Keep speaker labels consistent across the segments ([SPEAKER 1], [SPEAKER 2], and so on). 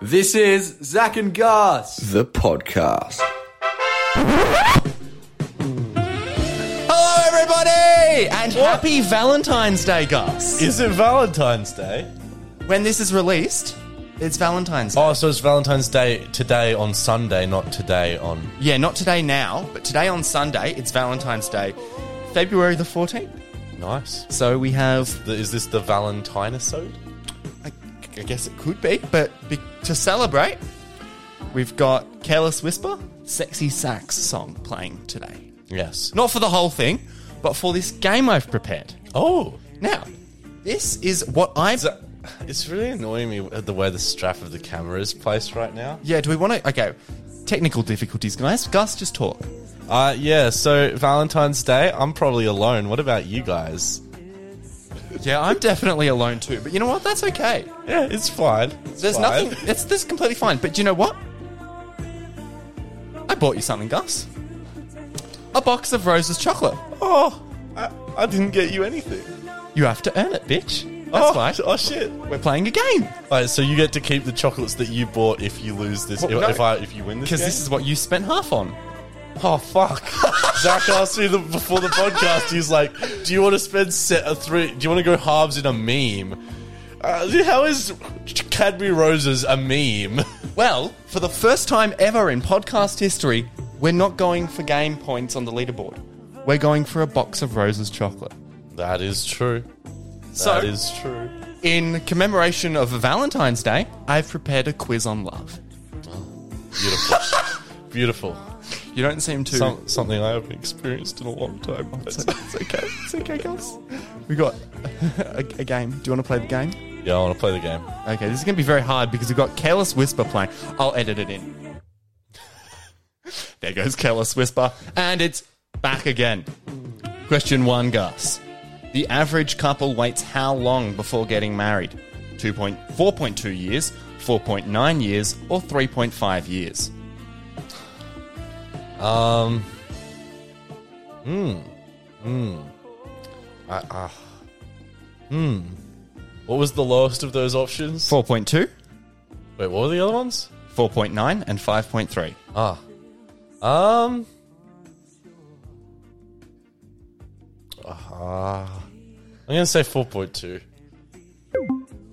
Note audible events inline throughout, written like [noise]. [SPEAKER 1] This is Zach and Gus.
[SPEAKER 2] The podcast.
[SPEAKER 1] Hello, everybody, and
[SPEAKER 3] Happy Valentine's Day, Gus.
[SPEAKER 4] Is it Valentine's Day?
[SPEAKER 3] When this is released, it's Valentine's Day.
[SPEAKER 4] Oh, so it's Valentine's Day today on Sunday, not today on.
[SPEAKER 3] Yeah, not today now, but today on Sunday, it's Valentine's Day, February the 14th.
[SPEAKER 4] Nice.
[SPEAKER 3] So we have,
[SPEAKER 4] The- Is this the Valentineisode?
[SPEAKER 3] I, I guess it could be, but be, to celebrate, we've got Careless Whisper, Sexy Sax song playing today.
[SPEAKER 4] Yes.
[SPEAKER 3] Not for the whole thing, but for this game I've prepared.
[SPEAKER 4] Oh,
[SPEAKER 3] Now, this is what I've.
[SPEAKER 4] Z- it's really annoying me at the way the strap of the camera is placed right now.
[SPEAKER 3] yeah, do we want to. Okay, technical difficulties, guys. Gus, just talk.
[SPEAKER 4] Uh, yeah. So Valentine's Day, I'm probably alone. What about you guys?
[SPEAKER 3] Yeah, I'm definitely alone too. But you know what? That's okay.
[SPEAKER 4] Yeah, it's fine. It's
[SPEAKER 3] There's
[SPEAKER 4] fine.
[SPEAKER 3] nothing. It's this is completely fine. But do you know what? I bought you something, Gus. A box of roses chocolate.
[SPEAKER 4] Oh, I, I didn't get you anything.
[SPEAKER 3] You have to earn it, bitch.
[SPEAKER 4] oh,
[SPEAKER 3] That's why
[SPEAKER 4] sh- Oh shit.
[SPEAKER 3] We're playing a game
[SPEAKER 4] Alright, so you get to keep the chocolates that you bought if you lose this.
[SPEAKER 3] Well,
[SPEAKER 4] if,
[SPEAKER 3] no.
[SPEAKER 4] if I if you win this.
[SPEAKER 3] because
[SPEAKER 4] game.
[SPEAKER 3] this is what you spent half on.
[SPEAKER 4] Oh fuck! Zach asked me the, before the podcast. He's like, "Do you want to spend set a three? Do you want to go halves in a meme? Uh, how is Cadbury roses a meme?
[SPEAKER 3] Well, for the first time ever in podcast history, we're not going for game points on the leaderboard. We're going for a box of roses chocolate.
[SPEAKER 4] That is true.
[SPEAKER 3] So-
[SPEAKER 4] that is true.
[SPEAKER 3] In commemoration of Valentine's Day, I've prepared a quiz on love.
[SPEAKER 4] Beautiful, beautiful.
[SPEAKER 3] You don't seem to.
[SPEAKER 4] Some, something I haven't experienced in a long time.
[SPEAKER 3] It's okay. It's okay, guys. We got [laughs] a, a game. Do you want to play the game?
[SPEAKER 4] yeah, I want to play the game.
[SPEAKER 3] Okay, this is going to be very hard because we've got Careless Whisper playing. I'll edit it in. there goes Careless Whisper, and it's back again. Question one, Gus. The average couple waits how long before getting married? 2.4.2 years, 4.9 years, or 3.5 years?
[SPEAKER 4] Um. Hmm. Hmm. I. ah. hmm. What was the lowest of those options?
[SPEAKER 3] 4.2,
[SPEAKER 4] Wait, what were the other ones?
[SPEAKER 3] 4.9, and 5.3.
[SPEAKER 4] Ah. Um. Ah. I'm going to say 4.2.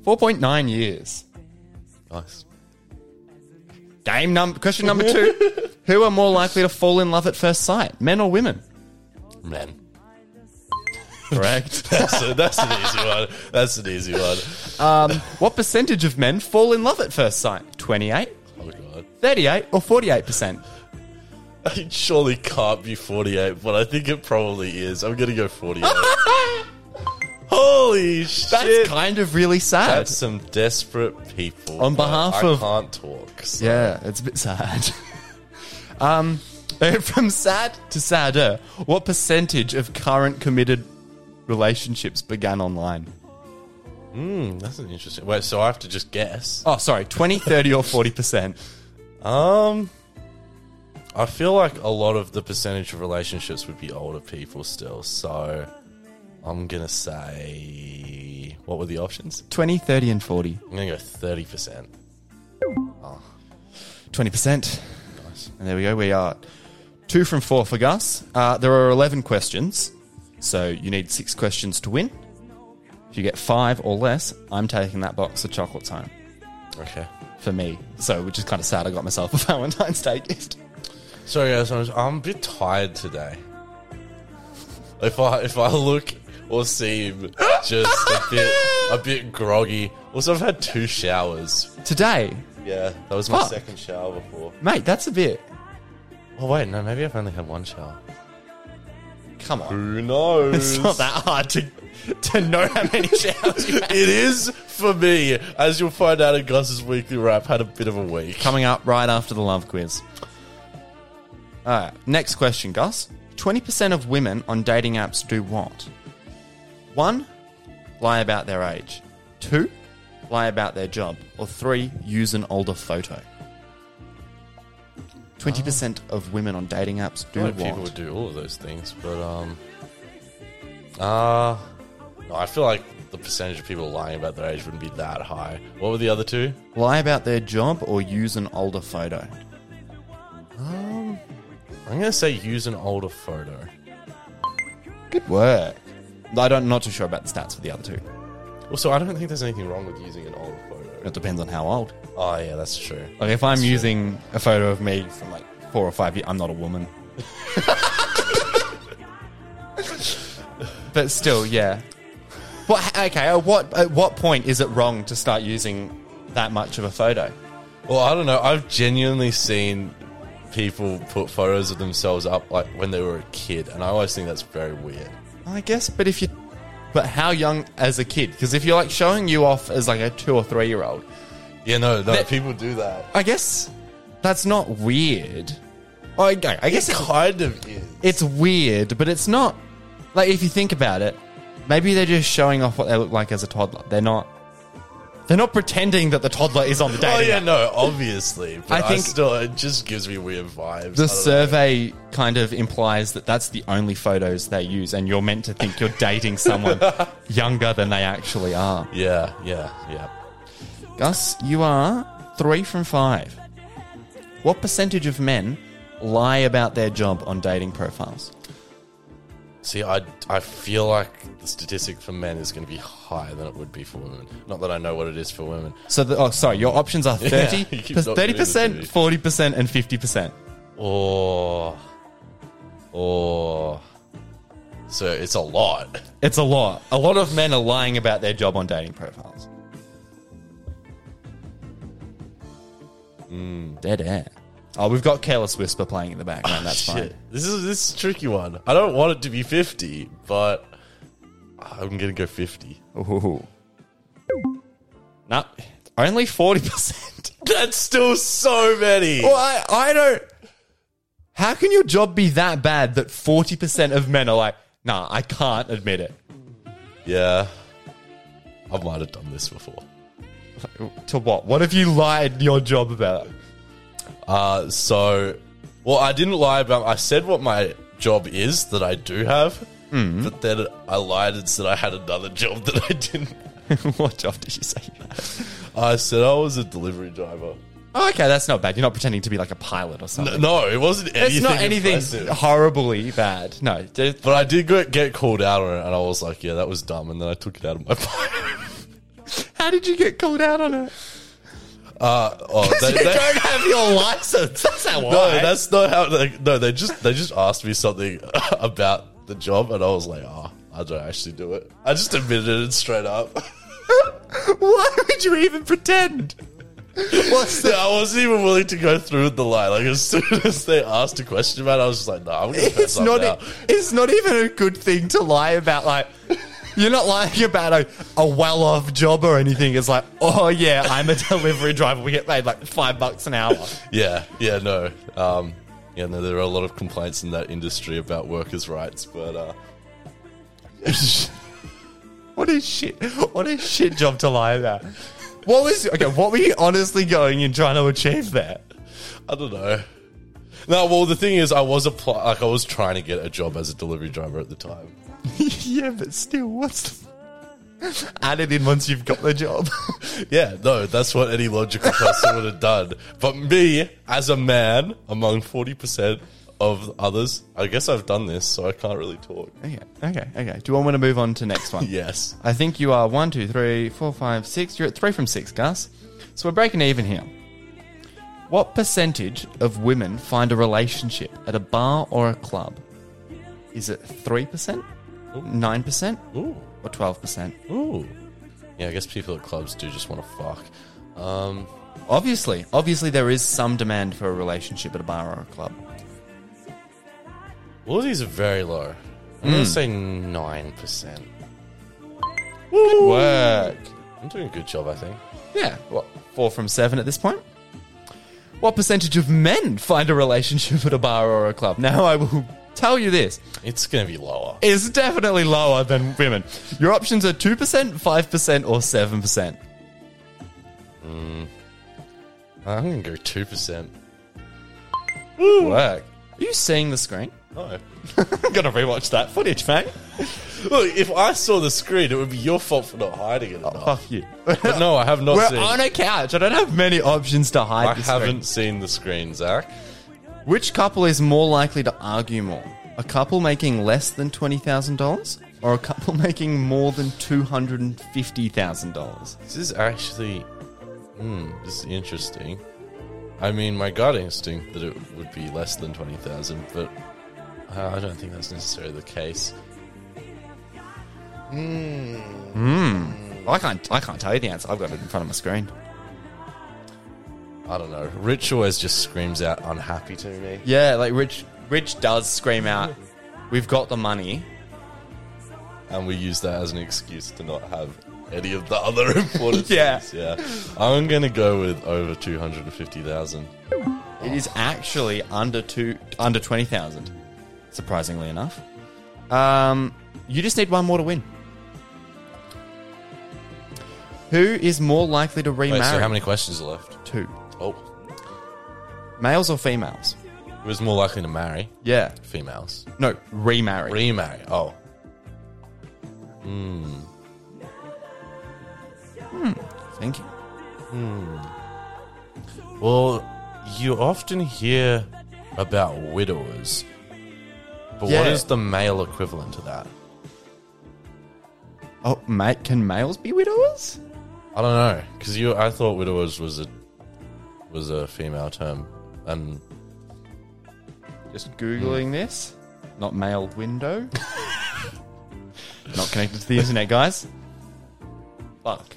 [SPEAKER 3] 4.9 years.
[SPEAKER 4] Nice.
[SPEAKER 3] Game number question number
[SPEAKER 4] [laughs]
[SPEAKER 3] two: Who are more likely to fall in love at first sight, men or women?
[SPEAKER 4] Man. [laughs]
[SPEAKER 3] Correct.
[SPEAKER 4] That's, a, that's an easy one. That's an easy one. Oh
[SPEAKER 3] what percentage of men fall in love at first sight? 28,
[SPEAKER 4] Oh, God.
[SPEAKER 3] 38, or 48
[SPEAKER 4] [laughs]
[SPEAKER 3] percent?
[SPEAKER 4] It surely can't be 48, but I think it probably is. I'm going to
[SPEAKER 3] [laughs]
[SPEAKER 4] go 48. Holy shit.
[SPEAKER 3] That's kind of really sad.
[SPEAKER 4] That's some desperate people.
[SPEAKER 3] On
[SPEAKER 4] but
[SPEAKER 3] behalf
[SPEAKER 4] I
[SPEAKER 3] of-
[SPEAKER 4] can't talk. so-
[SPEAKER 3] yeah, it's a bit sad. [laughs] um, [laughs] from sad to sadder, what percentage of current committed relationships began online?
[SPEAKER 4] Hmm, that's an interesting. Wait, so I have to just guess.
[SPEAKER 3] Oh, sorry, 20, 30, or 40 percent.
[SPEAKER 4] Um, I feel like a lot of the percentage of relationships would be older people still. So I'm gonna say, what were the options?
[SPEAKER 3] 20, 30, and 40.
[SPEAKER 4] I'm gonna go thirty percent.
[SPEAKER 3] 20%. And there we go. We are two from four for Gus. Uh, there are 11 questions. So you need six questions to win. If you get five or less, I'm taking that box of chocolates home
[SPEAKER 4] Okay.
[SPEAKER 3] for me. So, which is kind of sad. I got myself a [laughs] Valentine's Day gift.
[SPEAKER 4] Sorry guys, I'm, I'm a bit tired today. If I if I look or seem just a bit a bit groggy. Also, I've had two showers.
[SPEAKER 3] Today,
[SPEAKER 4] Yeah, that was my
[SPEAKER 3] Fuck.
[SPEAKER 4] second shower before.
[SPEAKER 3] mate, that's a bit.
[SPEAKER 4] Oh wait, no, maybe I've only had one shower.
[SPEAKER 3] Come on.
[SPEAKER 4] Who [laughs] knows?
[SPEAKER 3] It's not that hard to, to know how many showers you had.
[SPEAKER 4] [laughs] It is for me, as you'll find out in Gus's weekly wrap. Had a bit of a week.
[SPEAKER 3] Coming up right after the love quiz. All right, next question, Gus. 20% of women on dating apps do what? One, lie about their age. Two, lie about their job. Or three, use an older photo. 20% of women on dating apps
[SPEAKER 4] I
[SPEAKER 3] do
[SPEAKER 4] feel like
[SPEAKER 3] what?
[SPEAKER 4] people would do all of those things, but um, uh, no, I feel like the percentage of people lying about their age wouldn't be that high. What were the other two?
[SPEAKER 3] Lie about their job or use an older photo.
[SPEAKER 4] I'm gonna say use an older photo.
[SPEAKER 3] Good work. I don't not too sure about the stats for the other two.
[SPEAKER 4] Also, I don't think there's anything wrong with using an older photo.
[SPEAKER 3] It depends on how old.
[SPEAKER 4] Oh yeah, that's true.
[SPEAKER 3] Like if I'm using a photo of me from like four or five years, I'm not a
[SPEAKER 4] [laughs]
[SPEAKER 3] woman. but still, yeah. But okay, at what at what point is it wrong to start using that much of a photo?
[SPEAKER 4] Well, I don't know. I've genuinely seen people put photos of themselves up like when they were a kid, and I always think that's very weird.
[SPEAKER 3] I guess, but if you, but how young as a kid? Because if you're like showing you off as like a two or three year old,
[SPEAKER 4] Yeah, no, no,
[SPEAKER 3] That-
[SPEAKER 4] people do that.
[SPEAKER 3] I guess that's not weird. I, I guess
[SPEAKER 4] It
[SPEAKER 3] it
[SPEAKER 4] kind of is.
[SPEAKER 3] it's weird, but it's not like if you think about it, maybe they're just showing off what they look like as a toddler. They're not they're not pretending that the toddler is on the
[SPEAKER 4] [laughs] Oh
[SPEAKER 3] dating.
[SPEAKER 4] yeah,
[SPEAKER 3] app.
[SPEAKER 4] no, obviously. But
[SPEAKER 3] I
[SPEAKER 4] I
[SPEAKER 3] think-
[SPEAKER 4] think still, it just gives me weird vibes.
[SPEAKER 3] The
[SPEAKER 4] I don't know.
[SPEAKER 3] survey kind of implies that that's the only photos they use, and you're meant to think you're dating
[SPEAKER 4] [laughs]
[SPEAKER 3] someone younger than they actually are.
[SPEAKER 4] Yeah, yeah, yeah.
[SPEAKER 3] Gus, you are three from five. What percentage of men lie about their job on dating profiles?
[SPEAKER 4] See, I, I feel like the statistic for men is going to be higher than it would be for women. Not that I know what it is for women.
[SPEAKER 3] So, the, oh, sorry, your options
[SPEAKER 4] [laughs]
[SPEAKER 3] are 30,
[SPEAKER 4] you keep not doing this to
[SPEAKER 3] 30%,
[SPEAKER 4] me.
[SPEAKER 3] 40%, and 50%.
[SPEAKER 4] Or, or, so it's a lot.
[SPEAKER 3] It's a lot. A lot of men are lying about their job on dating profiles. Dead air. Oh, we've got Careless Whisper playing in the background. That's fine.
[SPEAKER 4] Shit, [laughs] this is this is a tricky one. I don't want it to be fifty, but I'm going to go fifty.
[SPEAKER 3] Ooh. No, only 40%.
[SPEAKER 4] That's still so many.
[SPEAKER 3] [laughs] well, I, I don't. How can your job be that bad that 40% of men are like, nah, I can't admit it?
[SPEAKER 4] Yeah, I might have done this before.
[SPEAKER 3] To what? What have you lied your job about?
[SPEAKER 4] Uh, so, well, I didn't lie about. I said what my job is that I do have, but then I lied and said I had another job that I didn't.
[SPEAKER 3] [laughs] what job did you say you had?
[SPEAKER 4] I said I was a delivery driver.
[SPEAKER 3] Oh, okay, that's not bad. You're not pretending to be like a pilot or something.
[SPEAKER 4] No, it wasn't anything.
[SPEAKER 3] it's not anything
[SPEAKER 4] impressive.
[SPEAKER 3] horribly bad. No, d-
[SPEAKER 4] But I did get- get called out on it, and I was like, "Yeah, that was dumb." And then I took it out of my [laughs] pocket.
[SPEAKER 3] how did you get called out on it?
[SPEAKER 4] Uh, oh, they,
[SPEAKER 3] you
[SPEAKER 4] they-
[SPEAKER 3] don't have your license. That's how
[SPEAKER 4] no,
[SPEAKER 3] I.
[SPEAKER 4] that's not how. They, no, they just they just asked me something [laughs] about the job, and I was like, "Oh, I don't actually do it." I just admitted it straight up.
[SPEAKER 3] [laughs]
[SPEAKER 4] [laughs]
[SPEAKER 3] Why would you even pretend? What's the?
[SPEAKER 4] Yeah, I wasn't even willing to go through with the lie. Like as [laughs] soon as they asked a question about, it, I was just like, "No, I'm gonna
[SPEAKER 3] It's
[SPEAKER 4] pass up
[SPEAKER 3] not. e-
[SPEAKER 4] now."
[SPEAKER 3] It's not even a good thing to lie about. Like. You're not lying about a, a well-off job or anything. It's like, oh yeah, I'm a [laughs] delivery driver. We get paid like five bucks an hour. [laughs]
[SPEAKER 4] Yeah, yeah, no. Um, yeah, no. There are a lot of complaints in that industry about workers' rights, but uh,
[SPEAKER 3] What a shit! What a shit job to lie about. What was okay? What were you honestly going and trying to achieve there?
[SPEAKER 4] I don't know. No, well, the thing is, I was apply- like I was trying to get a job as a delivery driver at the time.
[SPEAKER 3] [laughs] yeah, but still, what's the... add it in once you've got the job? [laughs]
[SPEAKER 4] Yeah, no, that's what any logical person would have done. But me, as a man, among forty percent of others, I guess I've done this, so I can't really talk.
[SPEAKER 3] okay, okay, okay. Do you want me to move on to next [laughs] one?
[SPEAKER 4] Yes.
[SPEAKER 3] I think you are one, two, three, four, five, six. You're at three from six, Gus. So we're breaking even here. What percentage of women find a relationship at a bar or a club? Is it three percent, nine percent,
[SPEAKER 4] Ooh.
[SPEAKER 3] or twelve percent?
[SPEAKER 4] Ooh. Yeah, I guess people at clubs do just want to fuck. Um,
[SPEAKER 3] Obviously, obviously, there is some demand for a relationship at a bar or a club.
[SPEAKER 4] all these are very low. I'm gonna say nine percent.
[SPEAKER 3] Work.
[SPEAKER 4] I'm doing a good job, I think.
[SPEAKER 3] Yeah. What? Four from seven at this point. What percentage of men find a relationship at a bar or a club? Now, I will tell you this:
[SPEAKER 4] It's gonna be lower.
[SPEAKER 3] it's definitely lower than women. Your options are two percent, five percent, or seven percent.
[SPEAKER 4] I'm gonna go two percent.
[SPEAKER 3] Work. Are you seeing the screen?
[SPEAKER 4] [laughs] Oh.
[SPEAKER 3] Gotta rewatch that footage, fang.
[SPEAKER 4] Look, if I saw the screen, it would be your fault for not hiding it enough.
[SPEAKER 3] Fuck you.
[SPEAKER 4] [laughs] But no, I have not
[SPEAKER 3] [laughs] We're
[SPEAKER 4] seen.
[SPEAKER 3] on a couch. I don't have many options to hide.
[SPEAKER 4] I
[SPEAKER 3] this
[SPEAKER 4] haven't seen the screen, Zach.
[SPEAKER 3] thing. Which couple is more likely to argue more? A couple making less than twenty thousand dollars, or a couple [laughs] making more than two hundred and fifty thousand dollars?
[SPEAKER 4] This is actually, hmm, this is interesting. I mean, my gut instinct that it would be less than twenty thousand, but uh, I don't think that's necessarily the case.
[SPEAKER 3] I can't. I can't tell you the answer. I've got it in front of my screen.
[SPEAKER 4] I don't know. Rich always just screams out unhappy to me.
[SPEAKER 3] Yeah, like Rich. Rich does scream out, "We've got the money."
[SPEAKER 4] and we use that as an excuse to not have any of the other [laughs] important
[SPEAKER 3] Yeah.
[SPEAKER 4] things. Yeah. I'm going to go with over 250,000.
[SPEAKER 3] It is actually under two, under twenty thousand. Surprisingly enough, um, you just need one more to win. Who is more likely to remarry?
[SPEAKER 4] Wait, so how many questions are left?
[SPEAKER 3] Two
[SPEAKER 4] Oh,
[SPEAKER 3] males or females?
[SPEAKER 4] who's more likely to marry?
[SPEAKER 3] Yeah,
[SPEAKER 4] Females.
[SPEAKER 3] no, remarry.
[SPEAKER 4] Remarry. Oh.
[SPEAKER 3] Thank you.
[SPEAKER 4] Well, you often hear about widowers. But
[SPEAKER 3] Yeah.
[SPEAKER 4] what is the male equivalent to that?
[SPEAKER 3] Oh, mate, can males be widowers?
[SPEAKER 4] I don't know because you. I thought widowers was a was a female term, and
[SPEAKER 3] Just googling this. Hmm. Not male [laughs] window. Not connected to the internet, guys. Fuck.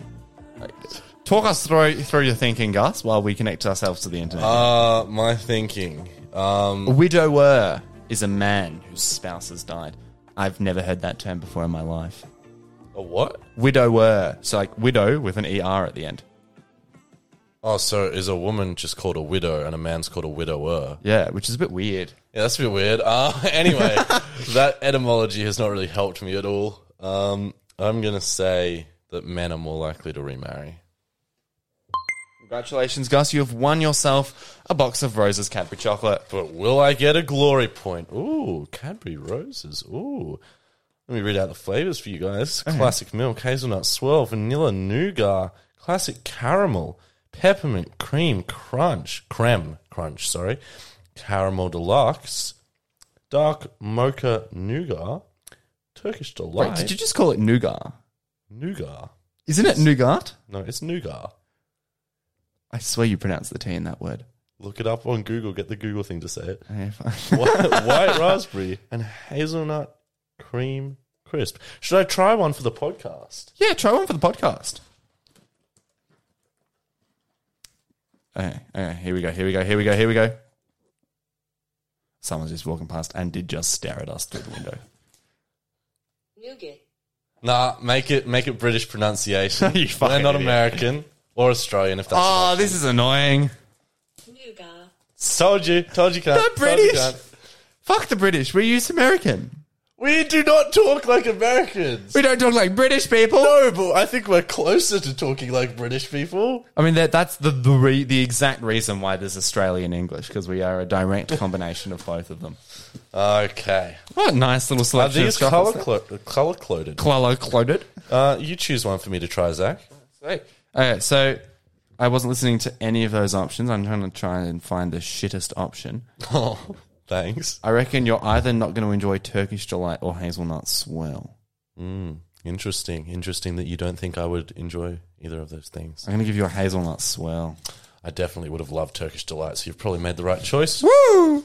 [SPEAKER 3] Talk us through through your thinking, Gus, while we connect ourselves to the internet.
[SPEAKER 4] uh, my thinking. Um,
[SPEAKER 3] a widower is a man whose spouse has died. I've never heard that term before in my life.
[SPEAKER 4] a what?
[SPEAKER 3] Widower. So like widow with an ER at the end.
[SPEAKER 4] Oh, so is a woman just called a widow and a man's called a widower?
[SPEAKER 3] Yeah, which is a bit weird.
[SPEAKER 4] Yeah, that's a bit weird. Uh, [laughs] anyway, that etymology has not really helped me at all. Um, I'm going to say that men are more likely to remarry.
[SPEAKER 3] Congratulations, Gus. You have won yourself a box of Rose's Cadbury chocolate.
[SPEAKER 4] But will I get a glory point? Ooh, Cadbury roses. Ooh. Let me read out the flavors for you guys classic milk, hazelnut swirl, vanilla nougat, classic caramel, peppermint, cream, crunch, creme, crunch, sorry, caramel deluxe, dark mocha nougat, Turkish delight.
[SPEAKER 3] Wait, did you just call it nougat?
[SPEAKER 4] nougat?
[SPEAKER 3] Isn't it nougat?
[SPEAKER 4] No, it's nougat.
[SPEAKER 3] I swear you pronounce the T in that word.
[SPEAKER 4] Look it up on Google. Get the Google thing to say it.
[SPEAKER 3] Okay, [laughs] fine.
[SPEAKER 4] white, [laughs] white raspberry and hazelnut cream crisp. Should I try one for the podcast?
[SPEAKER 3] yeah, try one for the podcast. Okay, okay, here we go, here we go, here we go, here we go. Someone's just walking past and did just stare at us through the window.
[SPEAKER 2] Nougat.
[SPEAKER 4] Nah, make it make it British [laughs] pronunciation.
[SPEAKER 3] You fucking
[SPEAKER 4] We're not
[SPEAKER 3] idiot.
[SPEAKER 4] American or Australian. If that's
[SPEAKER 3] oh, this is annoying.
[SPEAKER 2] Nougat.
[SPEAKER 4] told you, told you, can't.
[SPEAKER 3] They're British. Fuck the British. We use American.
[SPEAKER 4] We do not talk like Americans.
[SPEAKER 3] We don't talk like British people.
[SPEAKER 4] No, but I think we're closer to talking like British people.
[SPEAKER 3] I mean, that, that's the the, re, the exact reason why there's Australian English, because we are a direct combination of both of them.
[SPEAKER 4] Okay.
[SPEAKER 3] What a nice little
[SPEAKER 4] Are
[SPEAKER 3] selection.
[SPEAKER 4] these
[SPEAKER 3] of
[SPEAKER 4] color
[SPEAKER 3] chocolates
[SPEAKER 4] color coded?
[SPEAKER 3] there. Clolo cloded.
[SPEAKER 4] Uh, you choose one for me to try, Zach. [laughs]
[SPEAKER 3] Okay, so I wasn't listening to any of those options. I'm trying to try and find the shittest option.
[SPEAKER 4] Oh, thanks.
[SPEAKER 3] I reckon you're either not going to enjoy Turkish delight or hazelnut swirl.
[SPEAKER 4] Interesting. Interesting that you don't think I would enjoy either of those things.
[SPEAKER 3] I'm going to give you a hazelnut swirl.
[SPEAKER 4] I definitely would have loved Turkish delight, so you've probably made the right choice.
[SPEAKER 3] Woo!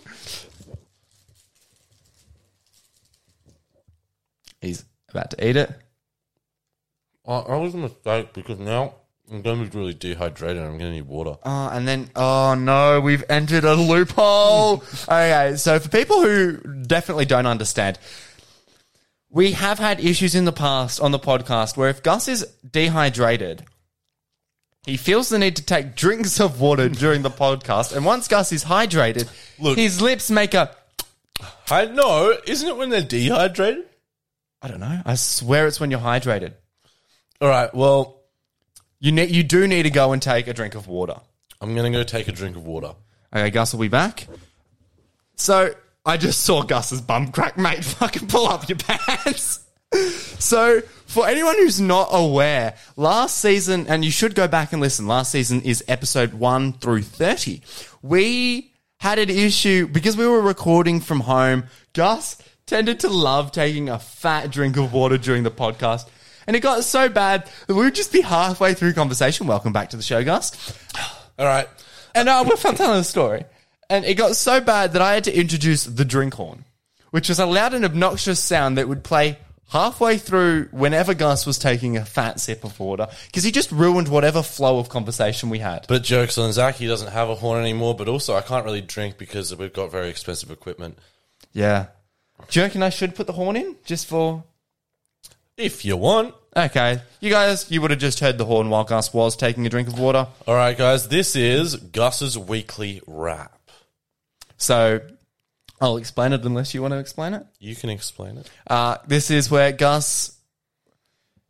[SPEAKER 3] He's about to eat it.
[SPEAKER 4] I, I was a mistake because now I'm going to be really dehydrated. and I'm going to need water.
[SPEAKER 3] Oh, and then, oh no, we've entered a loophole. okay, so for people who definitely don't understand, we have had issues in the past on the podcast where if Gus is dehydrated, he feels the need to take drinks of water [laughs] during the podcast. And once Gus is hydrated,
[SPEAKER 4] Look-
[SPEAKER 3] his lips make a.
[SPEAKER 4] I know, isn't it when they're dehydrated?
[SPEAKER 3] I don't know. I swear it's when you're hydrated.
[SPEAKER 4] All right, well,
[SPEAKER 3] You, ne- you do need to go and take a drink of water.
[SPEAKER 4] I'm going to go take a drink of water.
[SPEAKER 3] Okay, Gus will be back. So I just saw Gus's bum crack, mate. [laughs] Fucking pull up your pants. So, for anyone who's not aware, last season, and you should go back and listen, last season is episode 1 through 30. We had an issue because we were recording from home. Gus tended to love taking a fat drink of water during the podcast. And it got so bad that we would just be halfway through conversation. Welcome back to the show, Gus.
[SPEAKER 4] All right.
[SPEAKER 3] And I was telling the story. And it got so bad that I had to introduce the drink horn, which was a loud and obnoxious sound that would play halfway through whenever Gus was taking a fat sip of water because he just ruined whatever flow of conversation we had.
[SPEAKER 4] But jokes on Zach, he doesn't have a horn anymore, but also I can't really drink because we've got very expensive equipment.
[SPEAKER 3] Yeah. Do you reckon I should put the horn in just for.
[SPEAKER 4] If you want.
[SPEAKER 3] Okay. You guys, you would have just heard the horn while Gus was taking a drink of water.
[SPEAKER 4] All right, guys, this is Gus's weekly wrap.
[SPEAKER 3] So I'll explain it unless you want to explain it.
[SPEAKER 4] You can explain it.
[SPEAKER 3] Uh, this is where Gus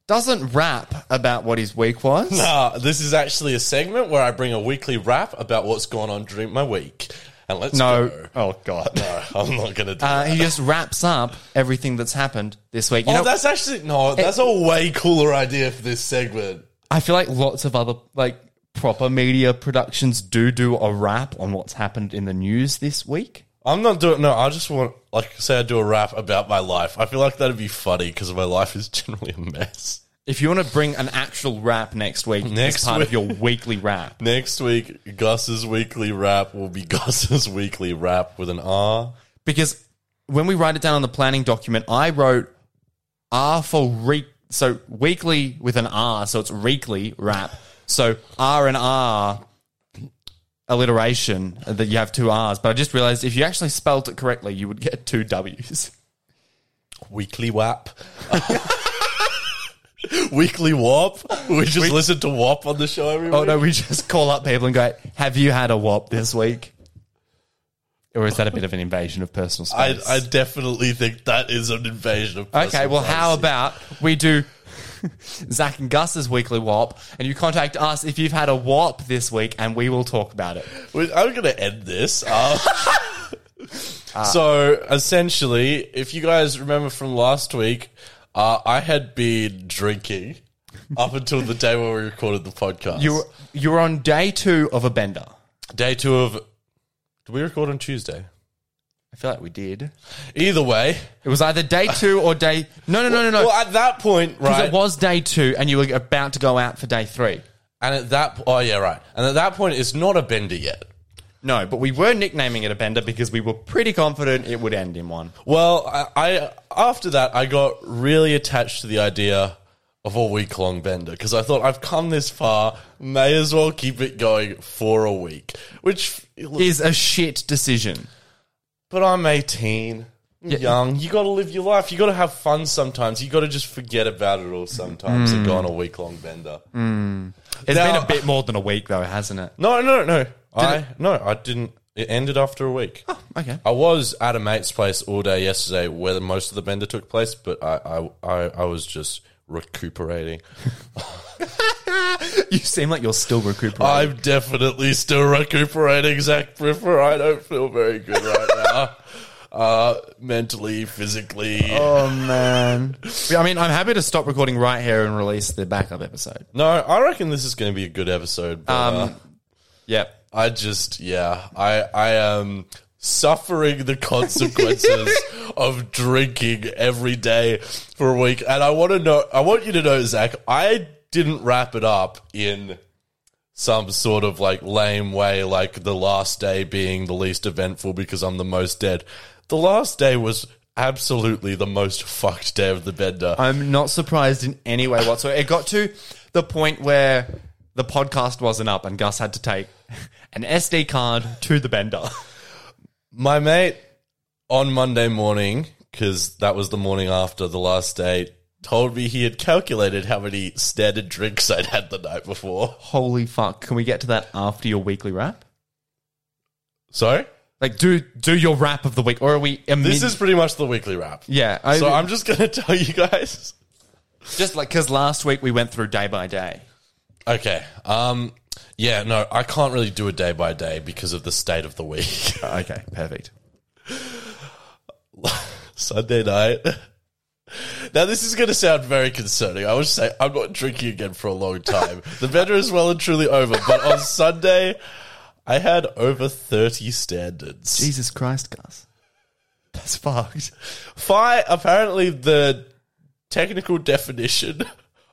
[SPEAKER 3] doesn't rap about what his week was.
[SPEAKER 4] Uh, this is actually a segment where I bring a weekly wrap about what's gone on during my week. And let's
[SPEAKER 3] No.
[SPEAKER 4] go.
[SPEAKER 3] Oh God.
[SPEAKER 4] No, I'm not going to do
[SPEAKER 3] Uh,
[SPEAKER 4] that.
[SPEAKER 3] he just wraps up everything that's happened this week. You
[SPEAKER 4] oh,
[SPEAKER 3] know,
[SPEAKER 4] that's actually, no, that's a way cooler idea for this segment.
[SPEAKER 3] I feel like lots of other like proper media productions do do a wrap on what's happened in the news this week.
[SPEAKER 4] I'm not doing, no, I just want, like, say I do a rap about my life. I feel like that'd be funny because my life is [laughs] generally a mess.
[SPEAKER 3] If you want to bring an actual wrap next week,
[SPEAKER 4] Next
[SPEAKER 3] as part
[SPEAKER 4] week.
[SPEAKER 3] of your weekly wrap.
[SPEAKER 4] Next week, Gus's weekly wrap will be [laughs] Gus's weekly wrap with an R.
[SPEAKER 3] because when we write it down on the planning document, I wrote R for re so weekly with an R, so it's weekly rap. So R and R alliteration that you have two R's, but I just realized if you actually spelt it correctly, you would get two W's. [laughs]
[SPEAKER 4] Weekly WAP. Weekly WAP. We just listen to WAP on the show every
[SPEAKER 3] Oh
[SPEAKER 4] week.
[SPEAKER 3] no, we just call up people and go, "Have you had a wop this week?" Or is that a bit of an invasion of personal
[SPEAKER 4] I,
[SPEAKER 3] space?
[SPEAKER 4] I definitely think that is an invasion of
[SPEAKER 3] Okay,
[SPEAKER 4] personal
[SPEAKER 3] well, how
[SPEAKER 4] privacy.
[SPEAKER 3] about we do Zach and Gus's weekly WAP, and you contact us if you've had a WAP this week, and we will talk about it.
[SPEAKER 4] We- I'm going to end this.
[SPEAKER 3] [laughs]
[SPEAKER 4] Um,
[SPEAKER 3] Ah.
[SPEAKER 4] so, essentially, if you guys remember from last week, uh, I had been drinking up until the day where we recorded the podcast.
[SPEAKER 3] You're you're on day two of a bender.
[SPEAKER 4] Day two of. Did we record on Tuesday?
[SPEAKER 3] I feel like we did.
[SPEAKER 4] Either way.
[SPEAKER 3] It was either day two or day. No, no, no, no, no.
[SPEAKER 4] Well, at that point,
[SPEAKER 3] 'Cause
[SPEAKER 4] right?
[SPEAKER 3] it was day two, and you were about to go out for day three.
[SPEAKER 4] and at that, po- oh yeah, right. And at that point, it's not a bender yet.
[SPEAKER 3] No, but we were nicknaming it a bender because we were pretty confident it would end in one.
[SPEAKER 4] Well, I, I after that, I got really attached to the idea of a week long bender because I thought I've come this far, may as well keep it going for a week. Which,
[SPEAKER 3] Is a shit decision.
[SPEAKER 4] but I'm 18. I'm Young, you got to live your life. You got to have fun sometimes. You got to just forget about it all sometimes and go on a week long bender.
[SPEAKER 3] It's
[SPEAKER 4] Now-
[SPEAKER 3] been a bit more than a week though, hasn't it?
[SPEAKER 4] No, no, no. I no, I didn't. It ended after a week.
[SPEAKER 3] Okay.
[SPEAKER 4] I was at a mate's place all day yesterday where most of the bender took place, but I I, I, I was just recuperating.
[SPEAKER 3] [laughs] You seem like you're still recuperating.
[SPEAKER 4] I'm definitely still recuperating, Zach Briffer. I don't feel very good right now. Uh, mentally, physically.
[SPEAKER 3] Oh man! I mean, I'm happy to stop recording right here and release the backup episode.
[SPEAKER 4] No, I reckon this is going to be a good episode. But, uh,
[SPEAKER 3] Yep.
[SPEAKER 4] I just, yeah, I, I am suffering the consequences of drinking every day for a week. And I want to know, I want you to know, Zach, I didn't wrap it up in some sort of like lame way, like the last day being the least eventful because I'm the most dead. The last day was absolutely the most fucked day of the bender.
[SPEAKER 3] I'm not surprised in any way whatsoever. It got to the point where the podcast wasn't up, and Gus had to take an SD card to the bender.
[SPEAKER 4] My mate on Monday morning, because that was the morning after the last day, told me he had calculated how many standard drinks I'd had the night before.
[SPEAKER 3] Holy fuck! Can we get to that after your weekly wrap?
[SPEAKER 4] So
[SPEAKER 3] Like, do do your wrap of the week, or are we? Amid-
[SPEAKER 4] this is pretty much the weekly wrap.
[SPEAKER 3] yeah. I,
[SPEAKER 4] So I'm just gonna [laughs] tell you guys.
[SPEAKER 3] just like because last week we went through day by day.
[SPEAKER 4] Okay. Um. Yeah. No,
[SPEAKER 3] Uh,
[SPEAKER 4] I can't really do a day by day because of the state of the week.
[SPEAKER 3] Okay, perfect.
[SPEAKER 4] Sunday night. [laughs] Now this is going to sound very concerning. I would say I'm not drinking again for a long time. the better is well and truly over, but on Sunday I had over 30 standards.
[SPEAKER 3] Jesus Christ, Gus.
[SPEAKER 4] That's fucked. Fi apparently the technical definition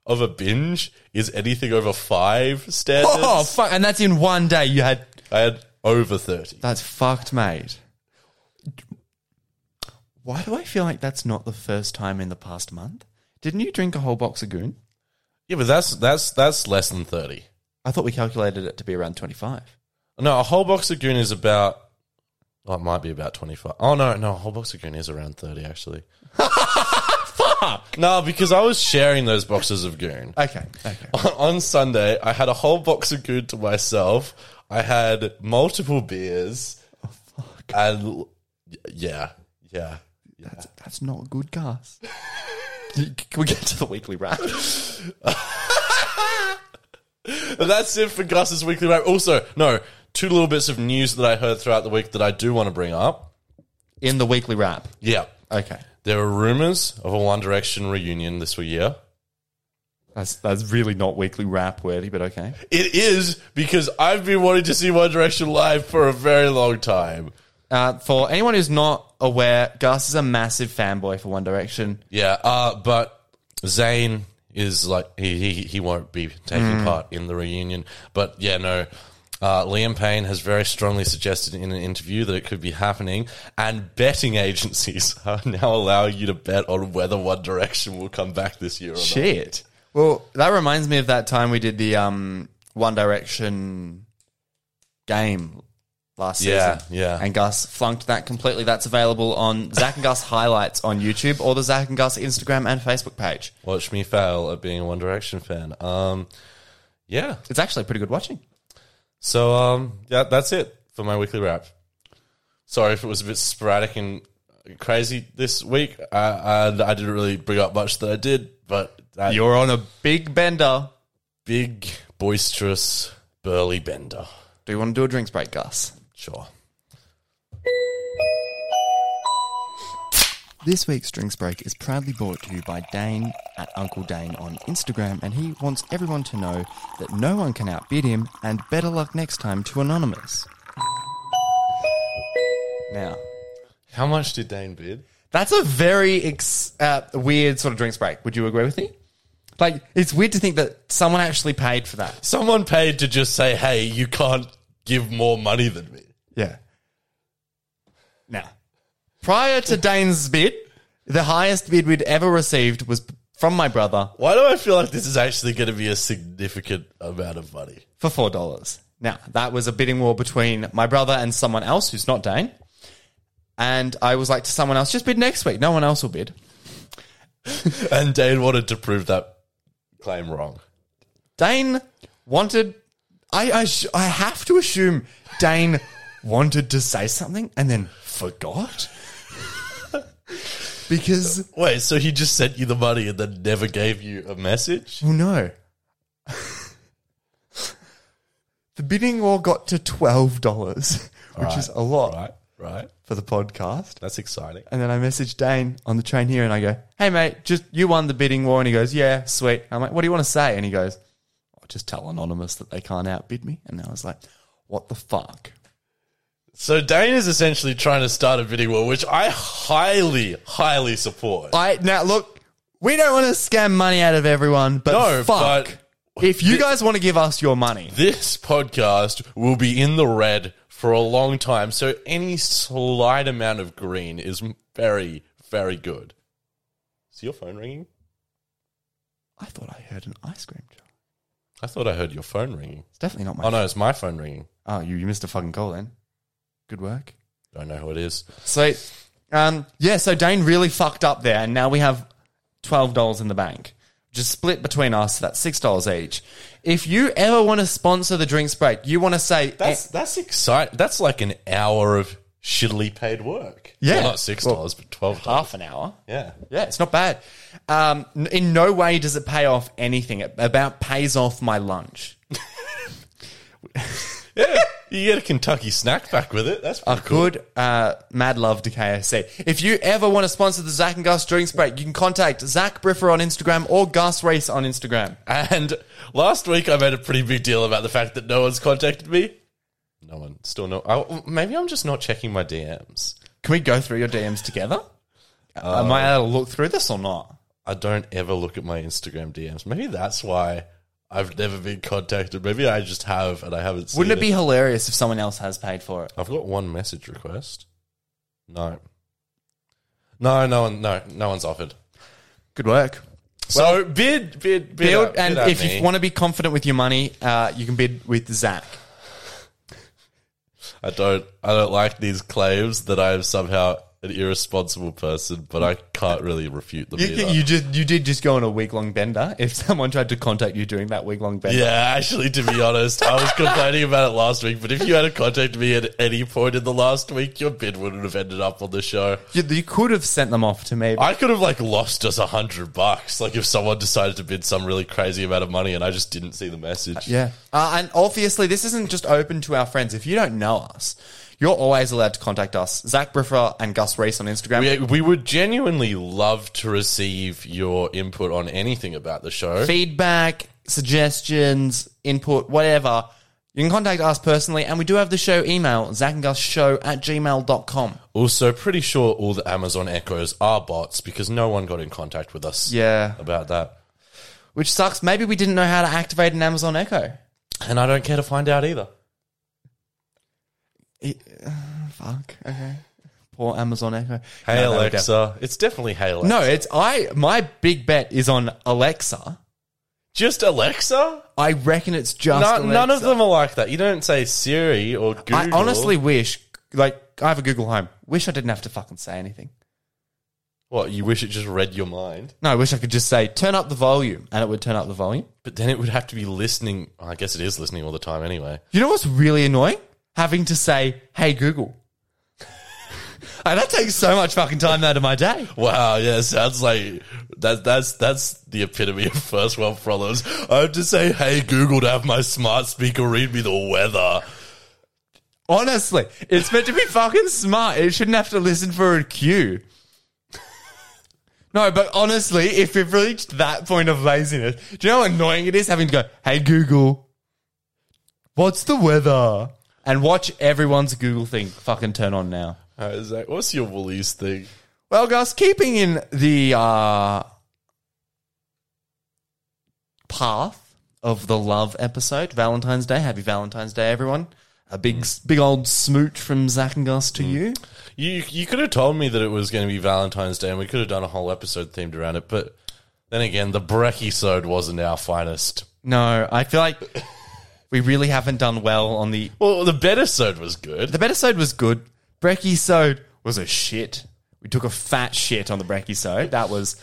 [SPEAKER 4] of a binge is anything over 5 standards.
[SPEAKER 3] Oh, fuck. And that's in one day. You had.
[SPEAKER 4] I had over 30.
[SPEAKER 3] That's fucked, mate. Why do I feel like that's not the first time in the past month? Didn't you drink a whole box of goon?
[SPEAKER 4] Yeah, but that's that's that's less than 30.
[SPEAKER 3] I thought we calculated it to be around 25.
[SPEAKER 4] No, a whole box of goon is about. Oh, it might be about twenty five. Oh no, no, a whole box of goon is around thirty actually. Fuck. No, because I was sharing those boxes of goon [laughs]
[SPEAKER 3] Okay. Okay.
[SPEAKER 4] on, on Sunday. I had a whole box of goon to myself. I had multiple beers, and l- yeah, yeah.
[SPEAKER 3] That's, that's not good, Gus. [laughs] Can we get to the weekly wrap?
[SPEAKER 4] But that's it for Gus's weekly wrap. Also, no, two little bits of news that I heard throughout the week that I do want to bring up.
[SPEAKER 3] In the weekly wrap.
[SPEAKER 4] Yeah,
[SPEAKER 3] Okay.
[SPEAKER 4] there are rumors of a One Direction reunion this year.
[SPEAKER 3] That's, that's really not weekly wrap worthy, but okay.
[SPEAKER 4] It is because I've been wanting to see One Direction live for a very long time.
[SPEAKER 3] Uh, for anyone who's not aware, Gus is a massive fanboy for One Direction.
[SPEAKER 4] Yeah, uh, but Zayn is like he, he he won't be taking part in the reunion. But yeah, no. Uh, Liam Payne has very strongly suggested in an interview that it could be happening, and betting agencies [laughs] are now allowing you to bet on whether One Direction will come back this year or not.
[SPEAKER 3] Shit. Well, that reminds me of that time we did the um, One Direction game last
[SPEAKER 4] Yeah,
[SPEAKER 3] season.
[SPEAKER 4] yeah.
[SPEAKER 3] And Gus flunked that completely. That's available on Zach and Gus highlights on YouTube or the Zach and Gus Instagram and Facebook page.
[SPEAKER 4] Watch me fail at being a One Direction fan. Um, yeah.
[SPEAKER 3] It's actually pretty good watching.
[SPEAKER 4] So um, yeah, that's it for my weekly wrap. Sorry if it was a bit sporadic and crazy this week. Uh, and I didn't really bring up much that I did, but that
[SPEAKER 3] You're on a big bender.
[SPEAKER 4] big, boisterous, burly bender.
[SPEAKER 3] Do you want to do a drinks break, Gus?
[SPEAKER 4] Sure.
[SPEAKER 3] This week's Drinks Break is proudly brought to you by Dane at Uncle Dane on Instagram, and he wants everyone to know that no one can outbid him, and better luck next time to Anonymous. Now,
[SPEAKER 4] How much did Dane bid?
[SPEAKER 3] that's a very ex- uh, weird sort of Drinks Break. Would you agree with me? Like, it's weird to think that someone actually paid for that.
[SPEAKER 4] Someone paid to just say, "Hey, you can't give more money than me."
[SPEAKER 3] Yeah. Now, prior to Dane's bid, the highest bid we'd ever received was from my brother
[SPEAKER 4] Why do I feel like this is actually going to be a significant amount of money?
[SPEAKER 3] for four dollars. Now that was a bidding war between my brother and someone else who's not Dane, and I was like to someone else, just bid next week. No one else will bid.
[SPEAKER 4] And Dane wanted to prove that claim wrong.
[SPEAKER 3] Dane wanted. I I, sh- I have to assume Dane wanted to say something and then forgot [laughs] because
[SPEAKER 4] Wait, so he just sent you the money and then never gave you a message?
[SPEAKER 3] well no. [laughs] The bidding war got to twelve dollars, which is a lot
[SPEAKER 4] Right, right.
[SPEAKER 3] for the podcast.
[SPEAKER 4] That's exciting.
[SPEAKER 3] And then I message Dane on the train here and I go, Hey mate, just you won the bidding war and he goes, Yeah, sweet. I'm like, What do you want to say? And he goes, oh, just tell Anonymous that they can't outbid me. And I was like, What the fuck?
[SPEAKER 4] So Dane is essentially trying to start a bidding war, which I highly, highly support.
[SPEAKER 3] I now look, we don't want to scam money out of everyone, but
[SPEAKER 4] No,
[SPEAKER 3] fuck.
[SPEAKER 4] but-
[SPEAKER 3] if you guys want to give us your money,
[SPEAKER 4] This podcast will be in the red for a long time, so any slight amount of green is very, very good. Is your phone ringing?
[SPEAKER 3] I thought I heard an ice cream truck.
[SPEAKER 4] I thought I heard your phone ringing.
[SPEAKER 3] It's definitely not my
[SPEAKER 4] Oh no, it's my phone ringing.
[SPEAKER 3] Oh, you, you missed a fucking call then. Good work.
[SPEAKER 4] Don't know who it is.
[SPEAKER 3] Sweet. Um, yeah, so Dane really fucked up there, and now we have twelve dollars in the bank, just split between us. So that's six dollars each. If you ever want to sponsor the drinks break, you want to say
[SPEAKER 4] That's
[SPEAKER 3] eh,
[SPEAKER 4] that's exciting. That's like an hour of shittily paid work.
[SPEAKER 3] Yeah.
[SPEAKER 4] Well, not six dollars, but twelve dollars.
[SPEAKER 3] half an hour.
[SPEAKER 4] Yeah.
[SPEAKER 3] Yeah, it's not bad. Um, n- in no way does it pay off anything. It about pays off my lunch.
[SPEAKER 4] You get a Kentucky snack back with it. That's
[SPEAKER 3] a
[SPEAKER 4] pretty cool.
[SPEAKER 3] good uh, mad love to KFC. If you ever want to sponsor the Zach and Gus drinks break, you can contact Zach Briffer on Instagram or Gus Race on Instagram.
[SPEAKER 4] And last week, I made a pretty big deal about the fact that no one's contacted me. No one, still no. I, maybe I'm just not checking my DMs.
[SPEAKER 3] Can we go through your DMs together? Am I allowed to look through this or not?
[SPEAKER 4] I don't ever look at my Instagram DMs. Maybe that's why I've never been contacted. Maybe I just have, and I haven't. Seen
[SPEAKER 3] Wouldn't it be hilarious if someone else has paid for it?
[SPEAKER 4] I've got one message request. No. No, no one, no, no one's offered.
[SPEAKER 3] Good work.
[SPEAKER 4] So bid, bid, bid,
[SPEAKER 3] Build,
[SPEAKER 4] up,
[SPEAKER 3] and
[SPEAKER 4] bid at
[SPEAKER 3] if
[SPEAKER 4] me.
[SPEAKER 3] you want to be confident with your money, uh, you can bid with Zach.
[SPEAKER 4] I don't, I don't like these claims that I am somehow an irresponsible person, but I can't really refute them.
[SPEAKER 3] You,
[SPEAKER 4] either.
[SPEAKER 3] you just you did just go on a week long bender. [laughs] If someone tried to contact you during that week long bender,
[SPEAKER 4] Yeah, actually, to be honest, I was complaining about it last week, but if you had contacted me at any point in the last week, your bid wouldn't have ended up on the show.
[SPEAKER 3] you, you could have sent them off to me.
[SPEAKER 4] I could have, like, lost us a hundred bucks, like, if someone decided to bid some really crazy amount of money and I just didn't see the message.
[SPEAKER 3] Yeah. Uh, and obviously, this isn't just open to our friends. If you don't know us, you're always allowed to contact us. Zach Briffer and Gus Reese on Instagram.
[SPEAKER 4] We, we would genuinely love to receive your input on anything about the show.
[SPEAKER 3] Feedback, suggestions, input, whatever. You can contact us personally. And we do have the show email, show at gmail.com.
[SPEAKER 4] Also, pretty sure all the Amazon Echoes are bots because no one got in contact with us
[SPEAKER 3] Yeah.
[SPEAKER 4] about that.
[SPEAKER 3] Which sucks. Maybe we didn't know how to activate an Amazon Echo.
[SPEAKER 4] And I don't care to find out either.
[SPEAKER 3] Fuck. Okay. Poor Amazon Echo. No,
[SPEAKER 4] Hey,
[SPEAKER 3] no, we don't.
[SPEAKER 4] Alexa. It's definitely Hey, Alexa.
[SPEAKER 3] No, it's I. My big bet is on Alexa.
[SPEAKER 4] Just Alexa?
[SPEAKER 3] I reckon it's just
[SPEAKER 4] No, none of
[SPEAKER 3] Alexa.
[SPEAKER 4] them are like that. You don't say Siri or Google.
[SPEAKER 3] I honestly wish, like, I have a Google Home. Wish I didn't have to fucking say anything.
[SPEAKER 4] what you wish it just read your mind,
[SPEAKER 3] No, I wish I could just say, turn up the volume, and it would turn up the volume.
[SPEAKER 4] but then it would have to be listening. I guess it is listening all the time anyway.
[SPEAKER 3] You know what's really annoying? Having to say, hey, Google. [laughs] and that takes so much fucking time out of my day.
[SPEAKER 4] Wow, yeah, sounds like that. That's that's the epitome of first world problems. I have to say, hey Google, to have my smart speaker read me the weather.
[SPEAKER 3] Honestly, it's meant to be fucking smart. It shouldn't have to listen for a cue. No, but honestly, if we've reached that point of laziness, do you know how annoying it is having to go, hey, Google, what's the weather? And watch everyone's Google thing fucking turn on now.
[SPEAKER 4] Uh, Zach, what's your Woolies thing?
[SPEAKER 3] Well, guys, keeping in the uh, path of the love episode, Valentine's Day. Happy Valentine's Day, everyone. A big,
[SPEAKER 4] Mm.
[SPEAKER 3] big old smoot from Zach and Gus to you.
[SPEAKER 4] You you could have told me that it was going to be Valentine's Day, and we could have done a whole episode themed around it. But then again, the brekkie sode wasn't our finest.
[SPEAKER 3] No, I feel like we really haven't done well on the.
[SPEAKER 4] Well, the better sode was good.
[SPEAKER 3] The Betisode was good. Brekkie was a shit. We took a fat shit on the Brekkie That was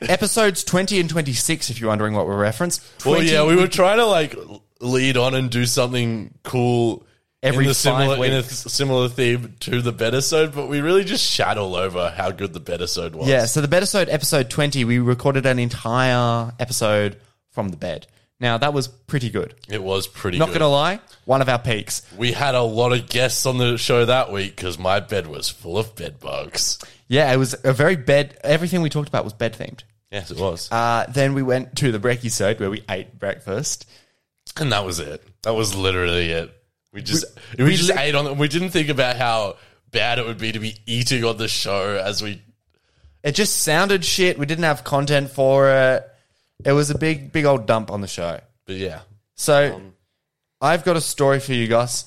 [SPEAKER 3] episodes 20 and 26, if you're wondering what we're referenced.
[SPEAKER 4] Well,
[SPEAKER 3] 20
[SPEAKER 4] yeah, we were trying to like lead on and do something cool
[SPEAKER 3] Every
[SPEAKER 4] in the
[SPEAKER 3] five
[SPEAKER 4] similar in a
[SPEAKER 3] weeks.
[SPEAKER 4] th- similar theme to the better sode, but we really just shat all over how good the better sode was.
[SPEAKER 3] Yeah, so the Bedisode episode 20, we recorded an entire episode from the bed. Now, that was pretty good.
[SPEAKER 4] it was pretty.
[SPEAKER 3] Not
[SPEAKER 4] good.
[SPEAKER 3] going to lie, one of our peaks.
[SPEAKER 4] we had a lot of guests on the show that week because my bed was full of bed bugs.
[SPEAKER 3] Yeah, it was a very bed, everything we talked about was bed themed.
[SPEAKER 4] Yes, it was,
[SPEAKER 3] Uh, then we went to the Brekkie where we ate breakfast.
[SPEAKER 4] and that was it. That was literally it. We just we,
[SPEAKER 3] we
[SPEAKER 4] just
[SPEAKER 3] lit-
[SPEAKER 4] ate on. it. We didn't think about how bad it would be to be eating on the show as we
[SPEAKER 3] It just sounded shit. We didn't have content for it. It was a big, big old dump on the show.
[SPEAKER 4] but yeah
[SPEAKER 3] So I've got a story for you, Gus.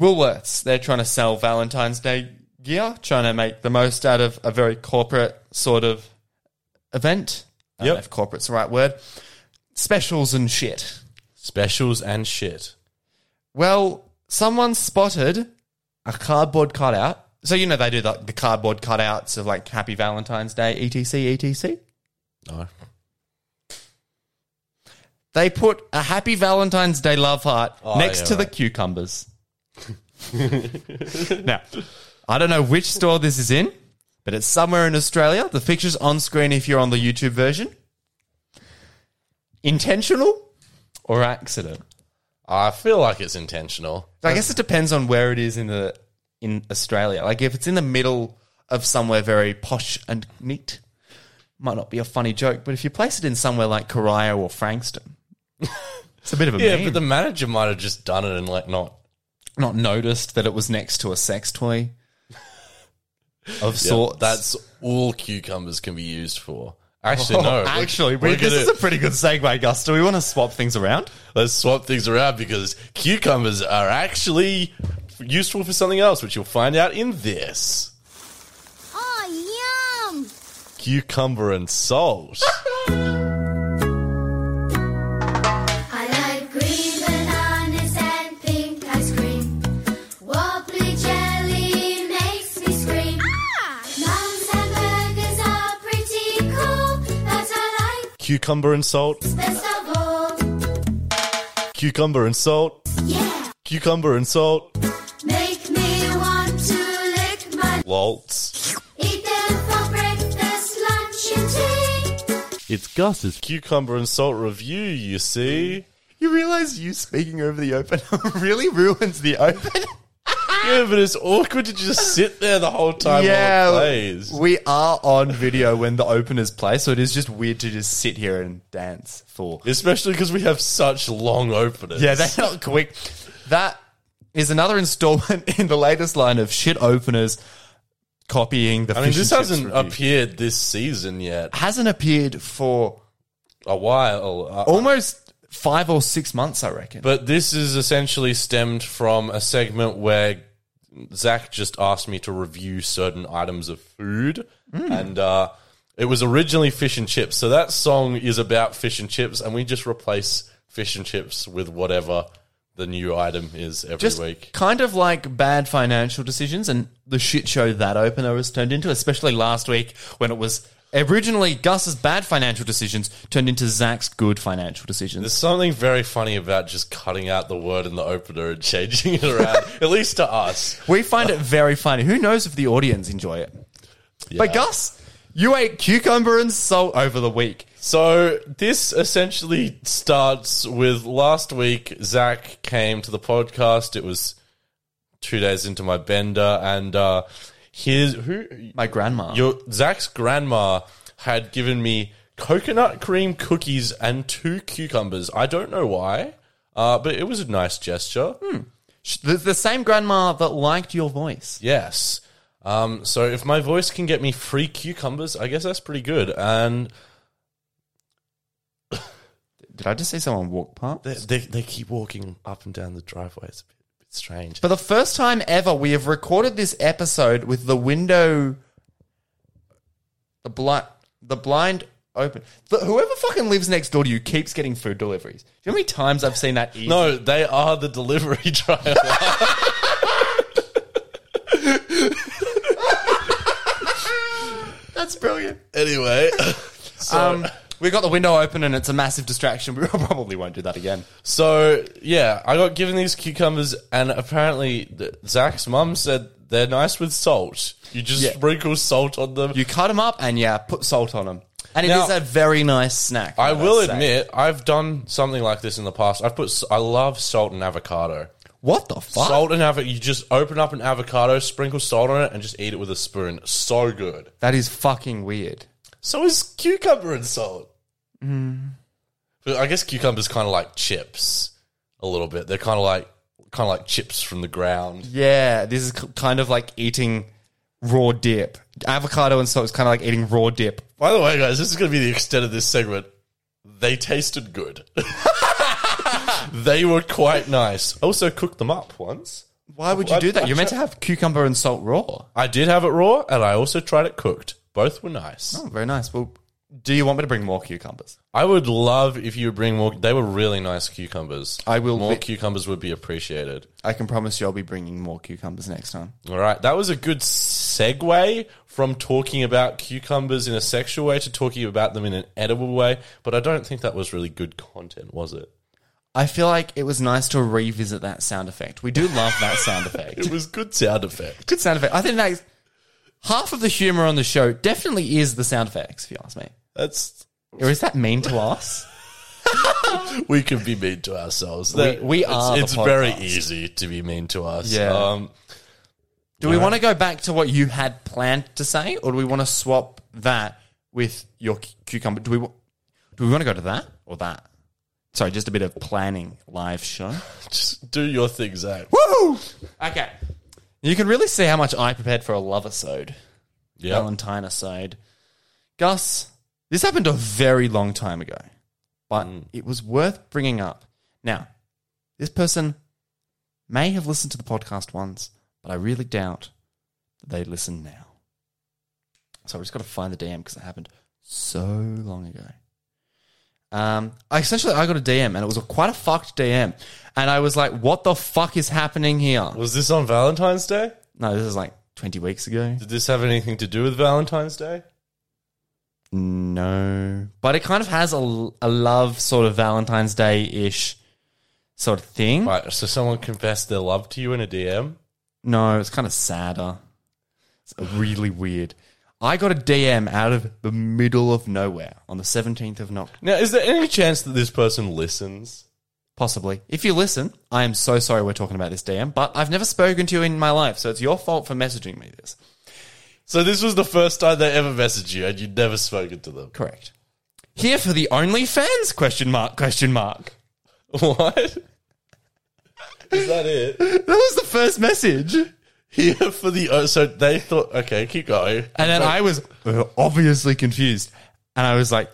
[SPEAKER 3] Woolworths, they're trying to sell Valentine's Day gear, trying to make the most out of a very corporate sort of event. I don't
[SPEAKER 4] Yep.
[SPEAKER 3] know if corporate's the right word. Specials and shit.
[SPEAKER 4] specials and shit.
[SPEAKER 3] Well, someone spotted a cardboard cutout. So, you know, they do the, the cardboard cutouts of like Happy Valentine's Day, E etc., etc.
[SPEAKER 4] No.
[SPEAKER 3] They put a Happy Valentine's Day love heart
[SPEAKER 4] Oh,
[SPEAKER 3] next
[SPEAKER 4] yeah,
[SPEAKER 3] to the
[SPEAKER 4] right.
[SPEAKER 3] cucumbers. now, I don't know which store this is in, but it's somewhere in Australia. The picture's on screen if you're on the YouTube version. Intentional or accident?
[SPEAKER 4] I feel like it's intentional.
[SPEAKER 3] I guess it depends on where it is in the in Australia. Like if it's in the middle of somewhere very posh and neat, might not be a funny joke. But if you place it in somewhere like Corio or Frankston, it's a bit of a
[SPEAKER 4] [laughs] Yeah,
[SPEAKER 3] meme.
[SPEAKER 4] but the manager might have just done it and like not.
[SPEAKER 3] not noticed that it was next to a sex toy of sorts.
[SPEAKER 4] That's all cucumbers can be used for. Actually, no.
[SPEAKER 3] Actually,
[SPEAKER 4] we're,
[SPEAKER 3] we-
[SPEAKER 4] we're
[SPEAKER 3] this
[SPEAKER 4] gonna
[SPEAKER 3] is a pretty good segue, Gus. Do we want to swap things around?
[SPEAKER 4] [laughs] let's swap things around because cucumbers are actually useful for something else, which you'll find out in this
[SPEAKER 5] Oh, yum!
[SPEAKER 4] cucumber and salt.
[SPEAKER 6] I like green bananas and pink ice cream. Wobbly jelly makes me scream. Mums and burgers are pretty cool, but I like
[SPEAKER 4] cucumber and salt.
[SPEAKER 6] best of all.
[SPEAKER 4] Cucumber and salt.
[SPEAKER 6] Yeah,
[SPEAKER 4] Cucumber and salt.
[SPEAKER 6] make me want to lick my.
[SPEAKER 4] Lolts.
[SPEAKER 6] Eat them for breakfast, lunch, and tea.
[SPEAKER 4] It's Gus's cucumber and salt review. You see.
[SPEAKER 3] You realize you speaking over the open [laughs] really ruins the [laughs] open.
[SPEAKER 4] Yeah, but it's awkward to just sit there the whole time while it plays.
[SPEAKER 3] we are on video when the open is played, so it is just weird to just sit here and dance for.
[SPEAKER 4] Especially because we have such long openers.
[SPEAKER 3] Yeah, they're not quick. That is another installment [laughs] in the latest line of shit openers copying the.
[SPEAKER 4] I mean, this hasn't appeared this season yet.
[SPEAKER 3] hasn't appeared for
[SPEAKER 4] A while. Uh,
[SPEAKER 3] almost five or six months, I reckon.
[SPEAKER 4] But this is essentially stemmed from a segment where Zach just asked me to review certain items of food,
[SPEAKER 3] Hmm.
[SPEAKER 4] and uh, it was originally fish and chips. So that song is about fish and chips, and we just replace fish and chips with whatever the new item is every
[SPEAKER 3] just
[SPEAKER 4] week.
[SPEAKER 3] kind of like bad financial decisions and the shit show that opener has turned into, especially last week when it was originally Gus's bad financial decisions turned into Zach's good financial decisions.
[SPEAKER 4] There's something very funny about just cutting out the word in the opener and changing it around, at least to us.
[SPEAKER 3] we find it very funny. Who knows if the audience enjoy it? But
[SPEAKER 4] Yeah.
[SPEAKER 3] Gus, you ate cucumber and salt over the week.
[SPEAKER 4] So this essentially starts with last week. Zach came to the podcast. It was two days into my bender, and uh, his who
[SPEAKER 3] My grandma.
[SPEAKER 4] your Zach's grandma had given me coconut cream cookies and two cucumbers. I don't know why, uh, but it was a nice gesture.
[SPEAKER 3] the, the same grandma that liked your voice.
[SPEAKER 4] Yes. Um, so if my voice can get me free cucumbers, I guess that's pretty good. And
[SPEAKER 3] Did I just see someone walk past?
[SPEAKER 4] they, they, they keep walking up and down the driveway. It's a bit, bit strange.
[SPEAKER 3] For the first time ever, we have recorded this episode with the window, the blind, the blind open. The, whoever fucking lives next door to you keeps getting food deliveries. Do you know how many times I've seen that? Easy?
[SPEAKER 4] No, they are the delivery [laughs] driver.
[SPEAKER 3] that's brilliant.
[SPEAKER 4] anyway,
[SPEAKER 3] Um, we got the window open and it's a massive distraction. [laughs] We probably won't do that again.
[SPEAKER 4] so yeah, I got given these cucumbers, and apparently th- Zach's mum said they're nice with salt. You just
[SPEAKER 3] Yeah.
[SPEAKER 4] sprinkle salt on them.
[SPEAKER 3] You cut them up and yeah, put salt on them, and it is
[SPEAKER 4] Now-
[SPEAKER 3] a very nice snack.
[SPEAKER 4] I
[SPEAKER 3] might
[SPEAKER 4] will
[SPEAKER 3] say.
[SPEAKER 4] admit, I've done something like this in the past. I've put s- I love salt and avocado.
[SPEAKER 3] what the fuck?
[SPEAKER 4] Salt and avocado. You just open up an avocado, sprinkle salt on it, and just eat it with a spoon. So good.
[SPEAKER 3] That is fucking weird.
[SPEAKER 4] So is cucumber and salt. Mm. But I guess cucumbers kind of like chips a little bit. They're kind of like kind of like chips from the ground.
[SPEAKER 3] Yeah, this is k- kind of like eating raw dip. Avocado and salt is kind of like eating raw dip.
[SPEAKER 4] By the way, guys, this is going to be the extent of this segment. They tasted good. [laughs] they were quite nice. I also cooked them up once.
[SPEAKER 3] Why would you do that? You're meant to have cucumber and salt raw.
[SPEAKER 4] I did have it raw, and I also tried it cooked. Both were nice.
[SPEAKER 3] Oh, very nice. Well, do you want me to bring more cucumbers?
[SPEAKER 4] I would love if you would bring more. They were really nice cucumbers.
[SPEAKER 3] I will
[SPEAKER 4] More
[SPEAKER 3] be-
[SPEAKER 4] cucumbers would be appreciated.
[SPEAKER 3] I can promise you I'll be bringing more cucumbers next time.
[SPEAKER 4] All right, that was a good segue from talking about cucumbers in a sexual way to talking about them in an edible way, but I don't think that was really good content, was it? [laughs]
[SPEAKER 3] I feel like it was nice to revisit that sound effect. We do love that sound effect.
[SPEAKER 4] It was good sound
[SPEAKER 3] [laughs]
[SPEAKER 4] effect.
[SPEAKER 3] Good sound effect. I think that's half of the humor on the show definitely is the sound effects, if you ask me.
[SPEAKER 4] That's
[SPEAKER 3] Or is that mean to us?
[SPEAKER 4] we can be mean to ourselves.
[SPEAKER 3] we
[SPEAKER 4] It's-
[SPEAKER 3] are the
[SPEAKER 4] It's, very
[SPEAKER 3] podcast.
[SPEAKER 4] easy to be mean to us.
[SPEAKER 3] Yeah.
[SPEAKER 4] Um,
[SPEAKER 3] Do we want to go back to what you had planned to say, or do we want to swap that with your cu- cucumber? Do we wa- do we want to go to that or that? Sorry, just a bit of planning live show.
[SPEAKER 4] just do your thing, Zach.
[SPEAKER 3] Woo! Okay, you can really see how much I prepared for a love episode,
[SPEAKER 4] Yeah.
[SPEAKER 3] Valentine aside. Gus, this happened a very long time ago, but it was worth bringing up. Now, this person may have listened to the podcast once, but I really doubt that they listen now. So I've just got to find the DM because it happened so long ago. Um, I essentially I got a DM and it was a, quite a fucked DM, and I was like, "What the fuck is happening here?"
[SPEAKER 4] Was this on Valentine's Day?
[SPEAKER 3] No, this is like twenty weeks ago.
[SPEAKER 4] Did this have anything to do with Valentine's Day?
[SPEAKER 3] No, but it kind of has a, a love sort of Valentine's Day ish sort of thing.
[SPEAKER 4] Right. So someone confessed their love to you in a DM.
[SPEAKER 3] No, it's kind of sadder. It's really weird. I got a DM out of the middle of nowhere on the seventeenth of October.
[SPEAKER 4] Now, is there any chance that this person listens?
[SPEAKER 3] Possibly. If you listen, I am so sorry we're talking about this DM, but I've never spoken to you in my life, so it's your fault for messaging me this.
[SPEAKER 4] So this was the first time they ever messaged you, and you'd never spoken to them. [laughs]
[SPEAKER 3] Correct. Here for the OnlyFans? Question mark, question mark.
[SPEAKER 4] What? Is that it?
[SPEAKER 3] That was the first message.
[SPEAKER 4] Here for the oh, so they thought. Okay, keep going.
[SPEAKER 3] And then I was uh, obviously confused. And I was
[SPEAKER 4] [laughs]
[SPEAKER 3] like,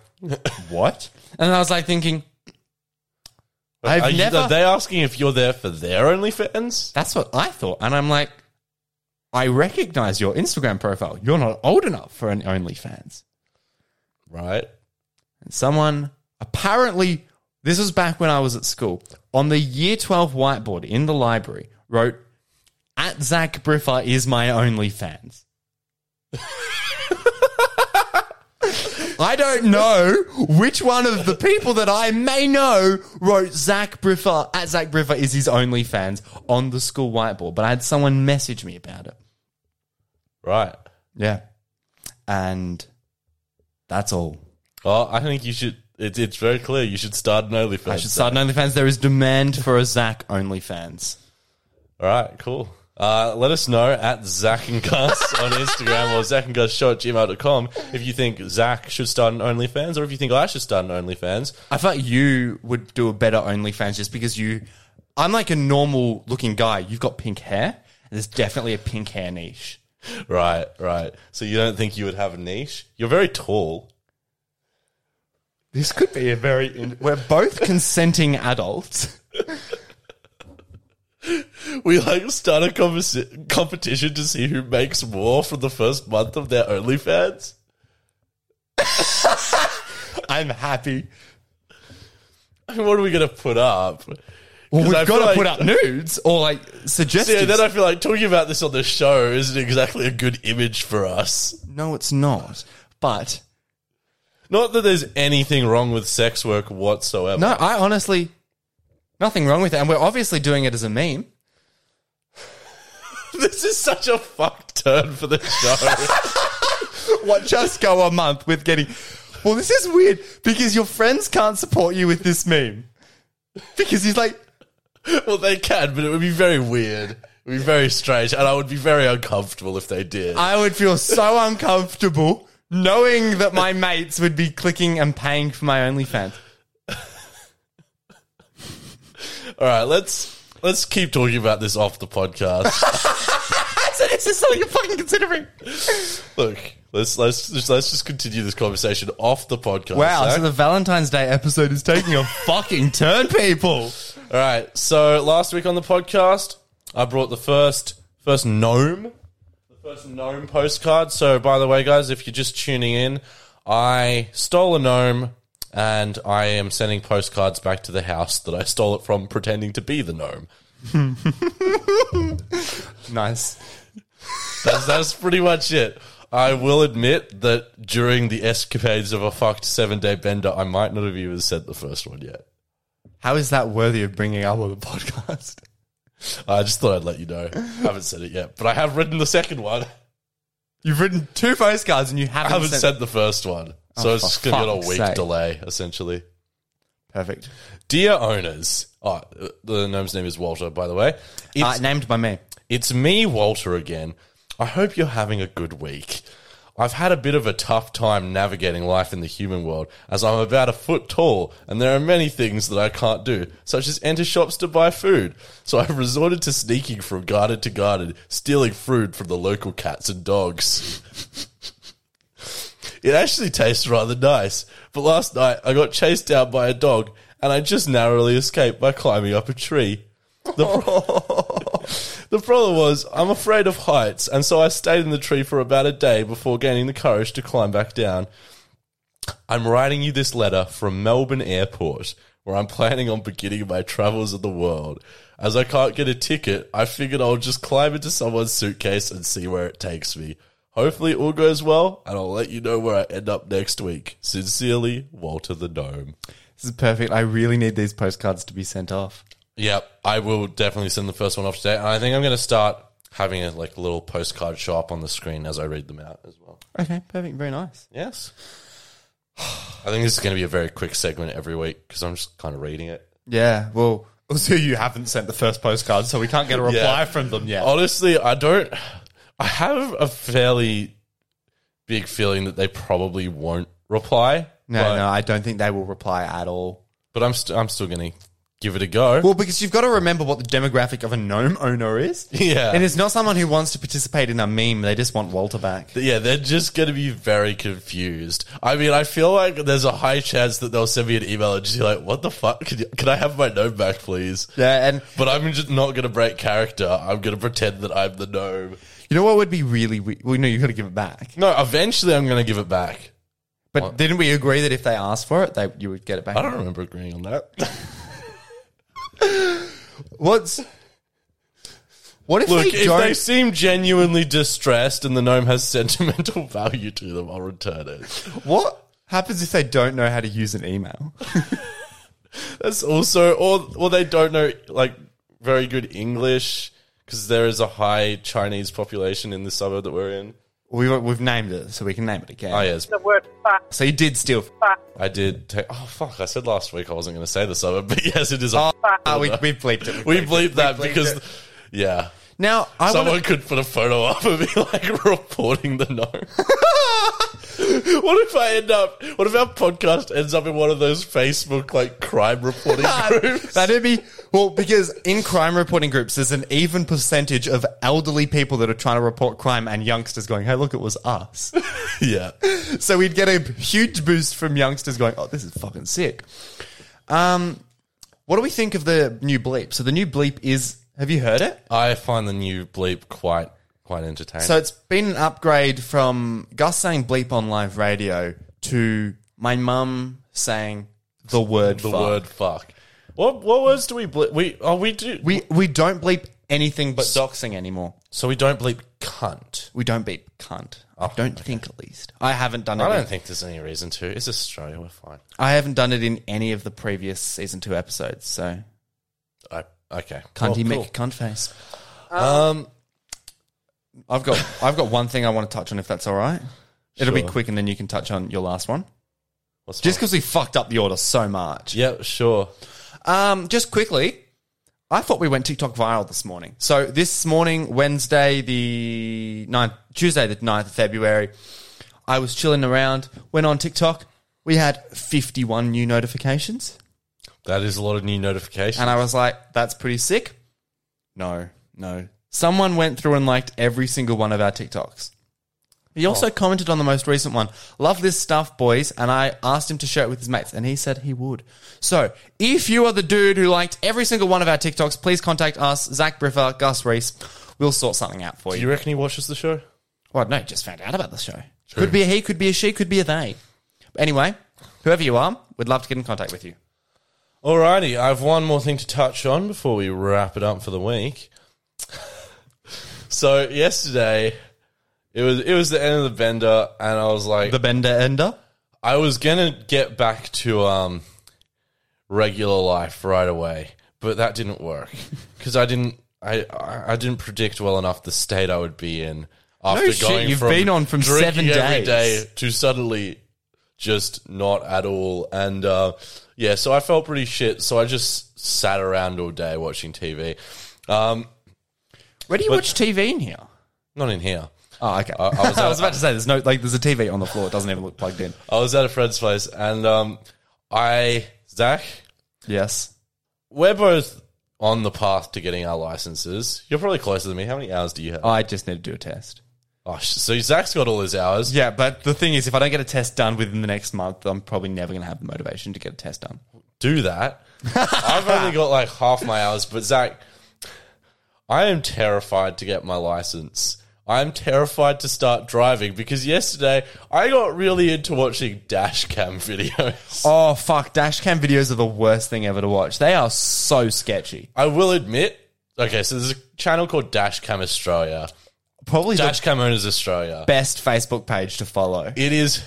[SPEAKER 3] what? And I was like thinking, I've
[SPEAKER 4] Are, you-
[SPEAKER 3] never.
[SPEAKER 4] are they asking if you're there for their OnlyFans?
[SPEAKER 3] That's what I thought. And I'm like, I recognize your Instagram profile. You're not old enough for an OnlyFans.
[SPEAKER 4] Right.
[SPEAKER 3] And someone apparently, this was back when I was at school, on the year 12 whiteboard in the library wrote, at Zach Briffa is my only fans. [laughs] I don't know which one of the people that I may know wrote Zach Briffa at Zach Briffa is his only fans on the school whiteboard, but I had someone message me about it.
[SPEAKER 4] Right.
[SPEAKER 3] Yeah. And that's all.
[SPEAKER 4] Well, I think you should. It's it's very clear. You should start an OnlyFans.
[SPEAKER 3] I should start an OnlyFans. There is demand for a Zach OnlyFans.
[SPEAKER 4] All right. Cool. Uh, let us know at Zach and Gus on Instagram or Zach and Gus Show at gmail.com if you think Zach should start an OnlyFans or if you think I should start an OnlyFans.
[SPEAKER 3] I felt you would do a better OnlyFans just because you, I'm like a normal looking guy. You've got pink hair, and there's definitely a pink hair niche.
[SPEAKER 4] Right, right. So you don't think you would have a niche? You're very tall.
[SPEAKER 3] This could be a very. we're both consenting adults.
[SPEAKER 4] [laughs]
[SPEAKER 3] [laughs]
[SPEAKER 4] We like start a conversa- competition to see who makes more from the first month of their OnlyFans.
[SPEAKER 3] I'm happy.
[SPEAKER 4] I mean, what are we gonna put up?
[SPEAKER 3] Well,
[SPEAKER 4] 'Cause
[SPEAKER 3] we've
[SPEAKER 4] I
[SPEAKER 3] got
[SPEAKER 4] feel
[SPEAKER 3] to
[SPEAKER 4] like-
[SPEAKER 3] put up nudes or like
[SPEAKER 4] Yeah,
[SPEAKER 3] suggestions.
[SPEAKER 4] then I feel like talking about this on the show isn't exactly a good image for us.
[SPEAKER 3] no, it's not. But
[SPEAKER 4] Not that there's anything wrong with sex work whatsoever.
[SPEAKER 3] no, I honestly, nothing wrong with it. And we're obviously doing it as a meme.
[SPEAKER 4] [laughs] This is such a fuck turn for the
[SPEAKER 3] [laughs]
[SPEAKER 4] show.
[SPEAKER 3] what just go a month with getting well this is weird because your friends can't support you with this meme because he's like
[SPEAKER 4] well, they can, but it would be very weird. It would be very strange, and I would be very uncomfortable if they did.
[SPEAKER 3] i would feel so uncomfortable knowing that my mates would be clicking and paying for my onlyfans
[SPEAKER 4] All right, let's let's keep talking about this off
[SPEAKER 3] [laughs]
[SPEAKER 4] the podcast.
[SPEAKER 3] so this is something you're fucking considering
[SPEAKER 4] Look, let's let's just, let's just continue this conversation off the podcast.
[SPEAKER 3] wow
[SPEAKER 4] Zach.
[SPEAKER 3] so the valentine's day episode is taking a fucking turn people
[SPEAKER 4] All right. So last week on the podcast, I brought the first first gnome, the first gnome postcard. So by the way, guys, if you're just tuning in, I stole a gnome and I am sending postcards back to the house that I stole it from, pretending to be the gnome.
[SPEAKER 3] nice
[SPEAKER 4] That's, that's pretty much it. I will admit that during the escapades of a fucked seven day bender, I might not have even said the first one yet.
[SPEAKER 3] how is that worthy of bringing up on the podcast
[SPEAKER 4] I just thought I'd let you know. I haven't said it yet, but I have written the second one. [laughs]
[SPEAKER 3] you've written two postcards and you
[SPEAKER 4] I
[SPEAKER 3] haven't,
[SPEAKER 4] haven't
[SPEAKER 3] sent-
[SPEAKER 4] said the first one. So
[SPEAKER 3] Oh,
[SPEAKER 4] it's
[SPEAKER 3] for
[SPEAKER 4] just going to be on a
[SPEAKER 3] fuck's
[SPEAKER 4] week
[SPEAKER 3] sake.
[SPEAKER 4] delay, essentially.
[SPEAKER 3] Perfect.
[SPEAKER 4] Dear owners, oh, the gnome's name is Walter, by the way. It's,
[SPEAKER 3] Uh, named by me.
[SPEAKER 4] it's me, Walter, again. I hope you're having a good week. I've had a bit of a tough time navigating life in the human world as I'm about a foot tall and there are many things that I can't do, such as enter shops to buy food. So I've resorted to sneaking from garden to garden, stealing food from the local cats and dogs. It actually tastes rather nice, but last night I got chased down by a dog and I just narrowly escaped by climbing up a tree. The, pro- the problem was, I'm afraid of heights, and so I stayed in the tree for about a day before gaining the courage to climb back down. I'm writing you this letter from Melbourne Airport, where I'm planning on beginning my travels of the world. As I can't get a ticket, I figured I'll just climb into someone's suitcase and see where it takes me. Hopefully, it all goes well, and I'll let you know where I end up next week. Sincerely, Walter the Gnome.
[SPEAKER 3] This is perfect. I really need these postcards to be sent off.
[SPEAKER 4] Yep, I will definitely send the first one off today. And I think I'm going to start having a like little postcard show up on the screen as I read them out as well.
[SPEAKER 3] Okay, perfect. Very nice.
[SPEAKER 4] Yes. I think this is going to be a very quick segment every week because I'm just kind of reading it.
[SPEAKER 3] Yeah, well, also you haven't sent the first postcard, so we can't get a reply
[SPEAKER 4] Yeah.
[SPEAKER 3] from them yet.
[SPEAKER 4] Honestly, I don't. I have a fairly big feeling that they probably won't reply.
[SPEAKER 3] no,
[SPEAKER 4] but,
[SPEAKER 3] no, I don't think they will reply at all.
[SPEAKER 4] But I'm st- I'm still going to give it a go.
[SPEAKER 3] Well, because you've got to remember what the demographic of a gnome owner is.
[SPEAKER 4] yeah.
[SPEAKER 3] And it's not someone who wants to participate in a meme. They just want Walter back.
[SPEAKER 4] Yeah, they're just going to be very confused. I mean, I feel like there's a high chance that they'll send me an email and just be like, "What the fuck? Can, you, can I have my gnome back, please?"
[SPEAKER 3] Yeah, and
[SPEAKER 4] But I'm just not going to break character. I'm going to pretend that I'm the gnome.
[SPEAKER 3] you know what would be really we- well? No, you got to give it back.
[SPEAKER 4] No, eventually I'm going to give it back.
[SPEAKER 3] But didn't we agree that if they asked for it, they you would get it back?
[SPEAKER 4] I don't remember agreeing
[SPEAKER 3] [laughs]
[SPEAKER 4] on that.
[SPEAKER 3] What's what if
[SPEAKER 4] Look,
[SPEAKER 3] they
[SPEAKER 4] if
[SPEAKER 3] don't?
[SPEAKER 4] they seem genuinely distressed and the gnome has sentimental [laughs] value to them, I'll return it.
[SPEAKER 3] what happens if they don't know how to use an email?
[SPEAKER 4] That's also, or or they don't know like very good English because there is a high Chinese population in the suburb that we're in.
[SPEAKER 3] We, we've named it, so we can name it again.
[SPEAKER 4] Oh yes,
[SPEAKER 5] the word fuck.
[SPEAKER 3] So you did steal.
[SPEAKER 4] I did. Take, oh fuck! I said last week I wasn't going to say the suburb, but [laughs] yes, it is. A,
[SPEAKER 3] Ah, we, we bleeped it.
[SPEAKER 4] [laughs] we bleeped that
[SPEAKER 3] bleeped
[SPEAKER 4] because,
[SPEAKER 3] it.
[SPEAKER 4] yeah,
[SPEAKER 3] Now I [laughs]
[SPEAKER 4] someone
[SPEAKER 3] want
[SPEAKER 4] could put a photo up of me [laughs] like reporting the gnome. [laughs] what if I end up? What if our podcast ends up in one of those Facebook like
[SPEAKER 3] [laughs]
[SPEAKER 4] crime reporting groups?
[SPEAKER 3] That'd be well because in crime reporting groups, there's an even percentage of elderly people that are trying to report crime and youngsters going, "Hey, look, it was us."
[SPEAKER 4] [laughs] yeah,
[SPEAKER 3] so we'd get a huge boost from youngsters going, "Oh, this is fucking sick." Um, what do we think of the new bleep? So the new bleep is. Have you heard it?
[SPEAKER 4] I find the new bleep quite quite entertaining.
[SPEAKER 3] So it's been an upgrade from Gus saying bleep on live radio to my mum saying the word
[SPEAKER 4] the
[SPEAKER 3] fuck.
[SPEAKER 4] word fuck. What what words do we bleep? We oh we do.
[SPEAKER 3] We we don't bleep anything but doxing anymore.
[SPEAKER 4] so we don't bleep cunt.
[SPEAKER 3] We don't bleep cunt. I don't think at least. I haven't done it.
[SPEAKER 4] Oh, I
[SPEAKER 3] in-
[SPEAKER 4] don't think there's any reason to. It's Australia. We're fine.
[SPEAKER 3] I haven't done it in any of the previous season two episodes. So
[SPEAKER 4] I, okay.
[SPEAKER 3] cunty
[SPEAKER 4] Well,
[SPEAKER 3] make a cunt face.
[SPEAKER 4] cool. Um,
[SPEAKER 3] I've got [laughs] I've got one thing I want to touch on if that's all right. It'll be
[SPEAKER 4] Sure.
[SPEAKER 3] quick and then you can touch on your last one.
[SPEAKER 4] what's
[SPEAKER 3] Just
[SPEAKER 4] my-
[SPEAKER 3] because we fucked up the order so much.
[SPEAKER 4] Yeah, sure.
[SPEAKER 3] Um, just quickly, I thought we went TikTok viral this morning. So this morning, Wednesday the 9th, Tuesday the 9th of February, I was chilling around, went on TikTok. We had 51 new notifications.
[SPEAKER 4] That is a lot of new notifications.
[SPEAKER 3] And I was like, that's pretty sick. No, no. Someone went through and liked every single one of our TikToks. He also commented on the most recent one. Love this stuff, boys. And I asked him to share it with his mates, and he said he would. So, if you are the dude who liked every single one of our TikToks, please contact us, Zach Briffer, Gus Reese. We'll sort something out for
[SPEAKER 4] Do
[SPEAKER 3] you.
[SPEAKER 4] you reckon he watches the show?
[SPEAKER 3] Well, no, just found out about the show. Could be a he, could be a she, could be a they. But anyway, whoever you are, we'd love to get in contact with you.
[SPEAKER 4] Alrighty, I have one more thing to touch on before we wrap it up for the week. [laughs] so yesterday, it was it was the end of the bender, and I was like,
[SPEAKER 3] The Bender Ender.
[SPEAKER 4] I was gonna get back to um regular life right away, but that
[SPEAKER 3] [laughs]
[SPEAKER 4] didn't work because I didn't I, I I didn't predict well enough the state I would be in after
[SPEAKER 3] No shit,
[SPEAKER 4] going
[SPEAKER 3] you've
[SPEAKER 4] from
[SPEAKER 3] been on from
[SPEAKER 4] drinking
[SPEAKER 3] seven
[SPEAKER 4] every
[SPEAKER 3] days.
[SPEAKER 4] day to suddenly just not at all. And uh, yeah, so I felt pretty shit. So I just sat around all day watching TV. Um,
[SPEAKER 3] Where do you watch TV in here?
[SPEAKER 4] not in here.
[SPEAKER 3] Oh, okay. I,
[SPEAKER 4] I
[SPEAKER 3] was, [laughs]
[SPEAKER 4] was at-
[SPEAKER 3] about to say there's no like there's a TV on the floor. It doesn't even look plugged in.
[SPEAKER 4] I was at a friend's place, and um, I Zach,
[SPEAKER 3] Yes.
[SPEAKER 4] we're both on the path to getting our licenses. You're probably closer than me. How many hours do you have?
[SPEAKER 3] I just need to do a test.
[SPEAKER 4] Oh, sh- so Zach's got all his hours.
[SPEAKER 3] Yeah, but the thing is, if I don't get a test done within the next month, I'm probably never going to have the motivation to get a test done. [laughs]
[SPEAKER 4] do that. I've only got like half my hours, but Zach, I am terrified to get my license. I'm terrified to start driving because yesterday I got really into watching dash
[SPEAKER 3] [laughs]
[SPEAKER 4] cam videos.
[SPEAKER 3] Oh fuck! Dash cam videos are the worst thing ever to watch. They are so sketchy.
[SPEAKER 4] I will admit, okay, so there's a channel called Dash Cam Australia,
[SPEAKER 3] Probably
[SPEAKER 4] Dash
[SPEAKER 3] the
[SPEAKER 4] Cam Owners Australia.
[SPEAKER 3] best Facebook page to follow.
[SPEAKER 4] It is,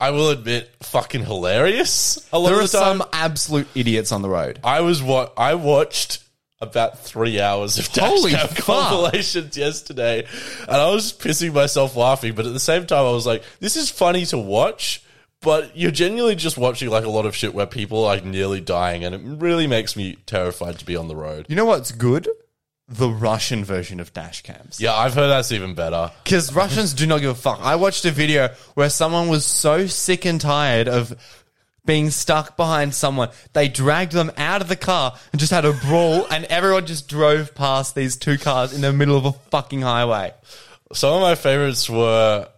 [SPEAKER 4] I will admit, fucking hilarious. A lot
[SPEAKER 3] There are
[SPEAKER 4] of the time,
[SPEAKER 3] some absolute idiots on the road.
[SPEAKER 4] I was what I watched about three hours of dash
[SPEAKER 3] Holy
[SPEAKER 4] cam
[SPEAKER 3] fuck.
[SPEAKER 4] compilations yesterday, and I was pissing myself laughing. But at the same time, I was like, "This is funny to watch." But you're genuinely just watching like a lot of shit where people are like nearly dying, and it really makes me terrified to be on the road.
[SPEAKER 3] You know what's good? The Russian version of dash cams.
[SPEAKER 4] Yeah, I've heard that's even better.
[SPEAKER 3] Because Russians do not give a fuck. I watched a video where someone was so sick and tired of being stuck behind someone, they dragged them out of the car and just had a brawl, and everyone just drove past these two cars in the middle of a fucking highway.
[SPEAKER 4] Some of my favorites were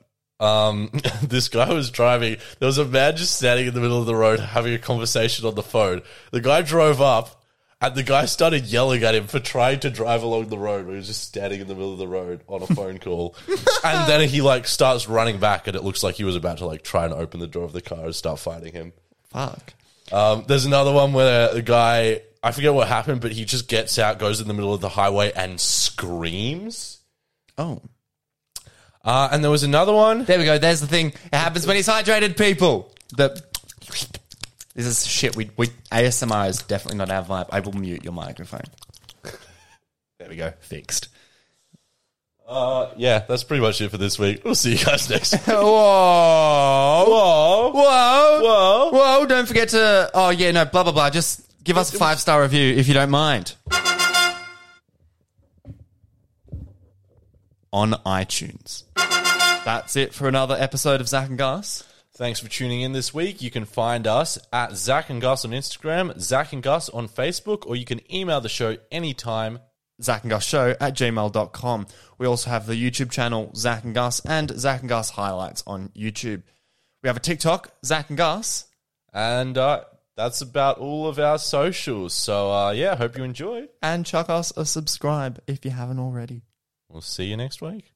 [SPEAKER 4] um, [laughs] this guy was driving. There was a man just standing in the middle of the road having a conversation on the phone. The guy drove up, and the guy started yelling at him for trying to drive along the road. He was just standing in the middle of the road on a phone call, and then he like starts running back, and it looks like he was about to like try and open the door of the car and start fighting him.
[SPEAKER 3] Fuck.
[SPEAKER 4] Um, there's another one where the guy, I forget what happened, but he just gets out, goes in the middle of the highway, and screams.
[SPEAKER 3] Oh.
[SPEAKER 4] Uh, and there was another one.
[SPEAKER 3] There we go. There's the thing. It happens when he's hydrated, people. The. This is shit. We, we ASMR is definitely not our vibe. I will mute your microphone. There we go. Fixed.
[SPEAKER 4] Uh, yeah, that's pretty much it for this week. We'll see you guys next. [laughs] week.
[SPEAKER 3] Whoa.
[SPEAKER 4] Whoa,
[SPEAKER 3] Whoa.
[SPEAKER 4] whoa,
[SPEAKER 3] Whoa, don't forget to. Oh, yeah, no, blah, blah, blah. Just give us a five star review if you don't mind. On iTunes. That's it for another episode of Zach and Gus.
[SPEAKER 4] Thanks for tuning in this week. You can find us at Zach and Gus on Instagram, Zach and Gus on Facebook, or you can email the show anytime.
[SPEAKER 3] Zach and Gus Show at gmail.com. We also have the YouTube channel Zach and Gus and Zach and Gus Highlights on YouTube. We have a TikTok, Zach and Gus.
[SPEAKER 4] And uh, that's about all of our socials. So, uh, yeah, hope you enjoy.
[SPEAKER 3] And chuck us a subscribe if you haven't already.
[SPEAKER 4] We'll see you next week.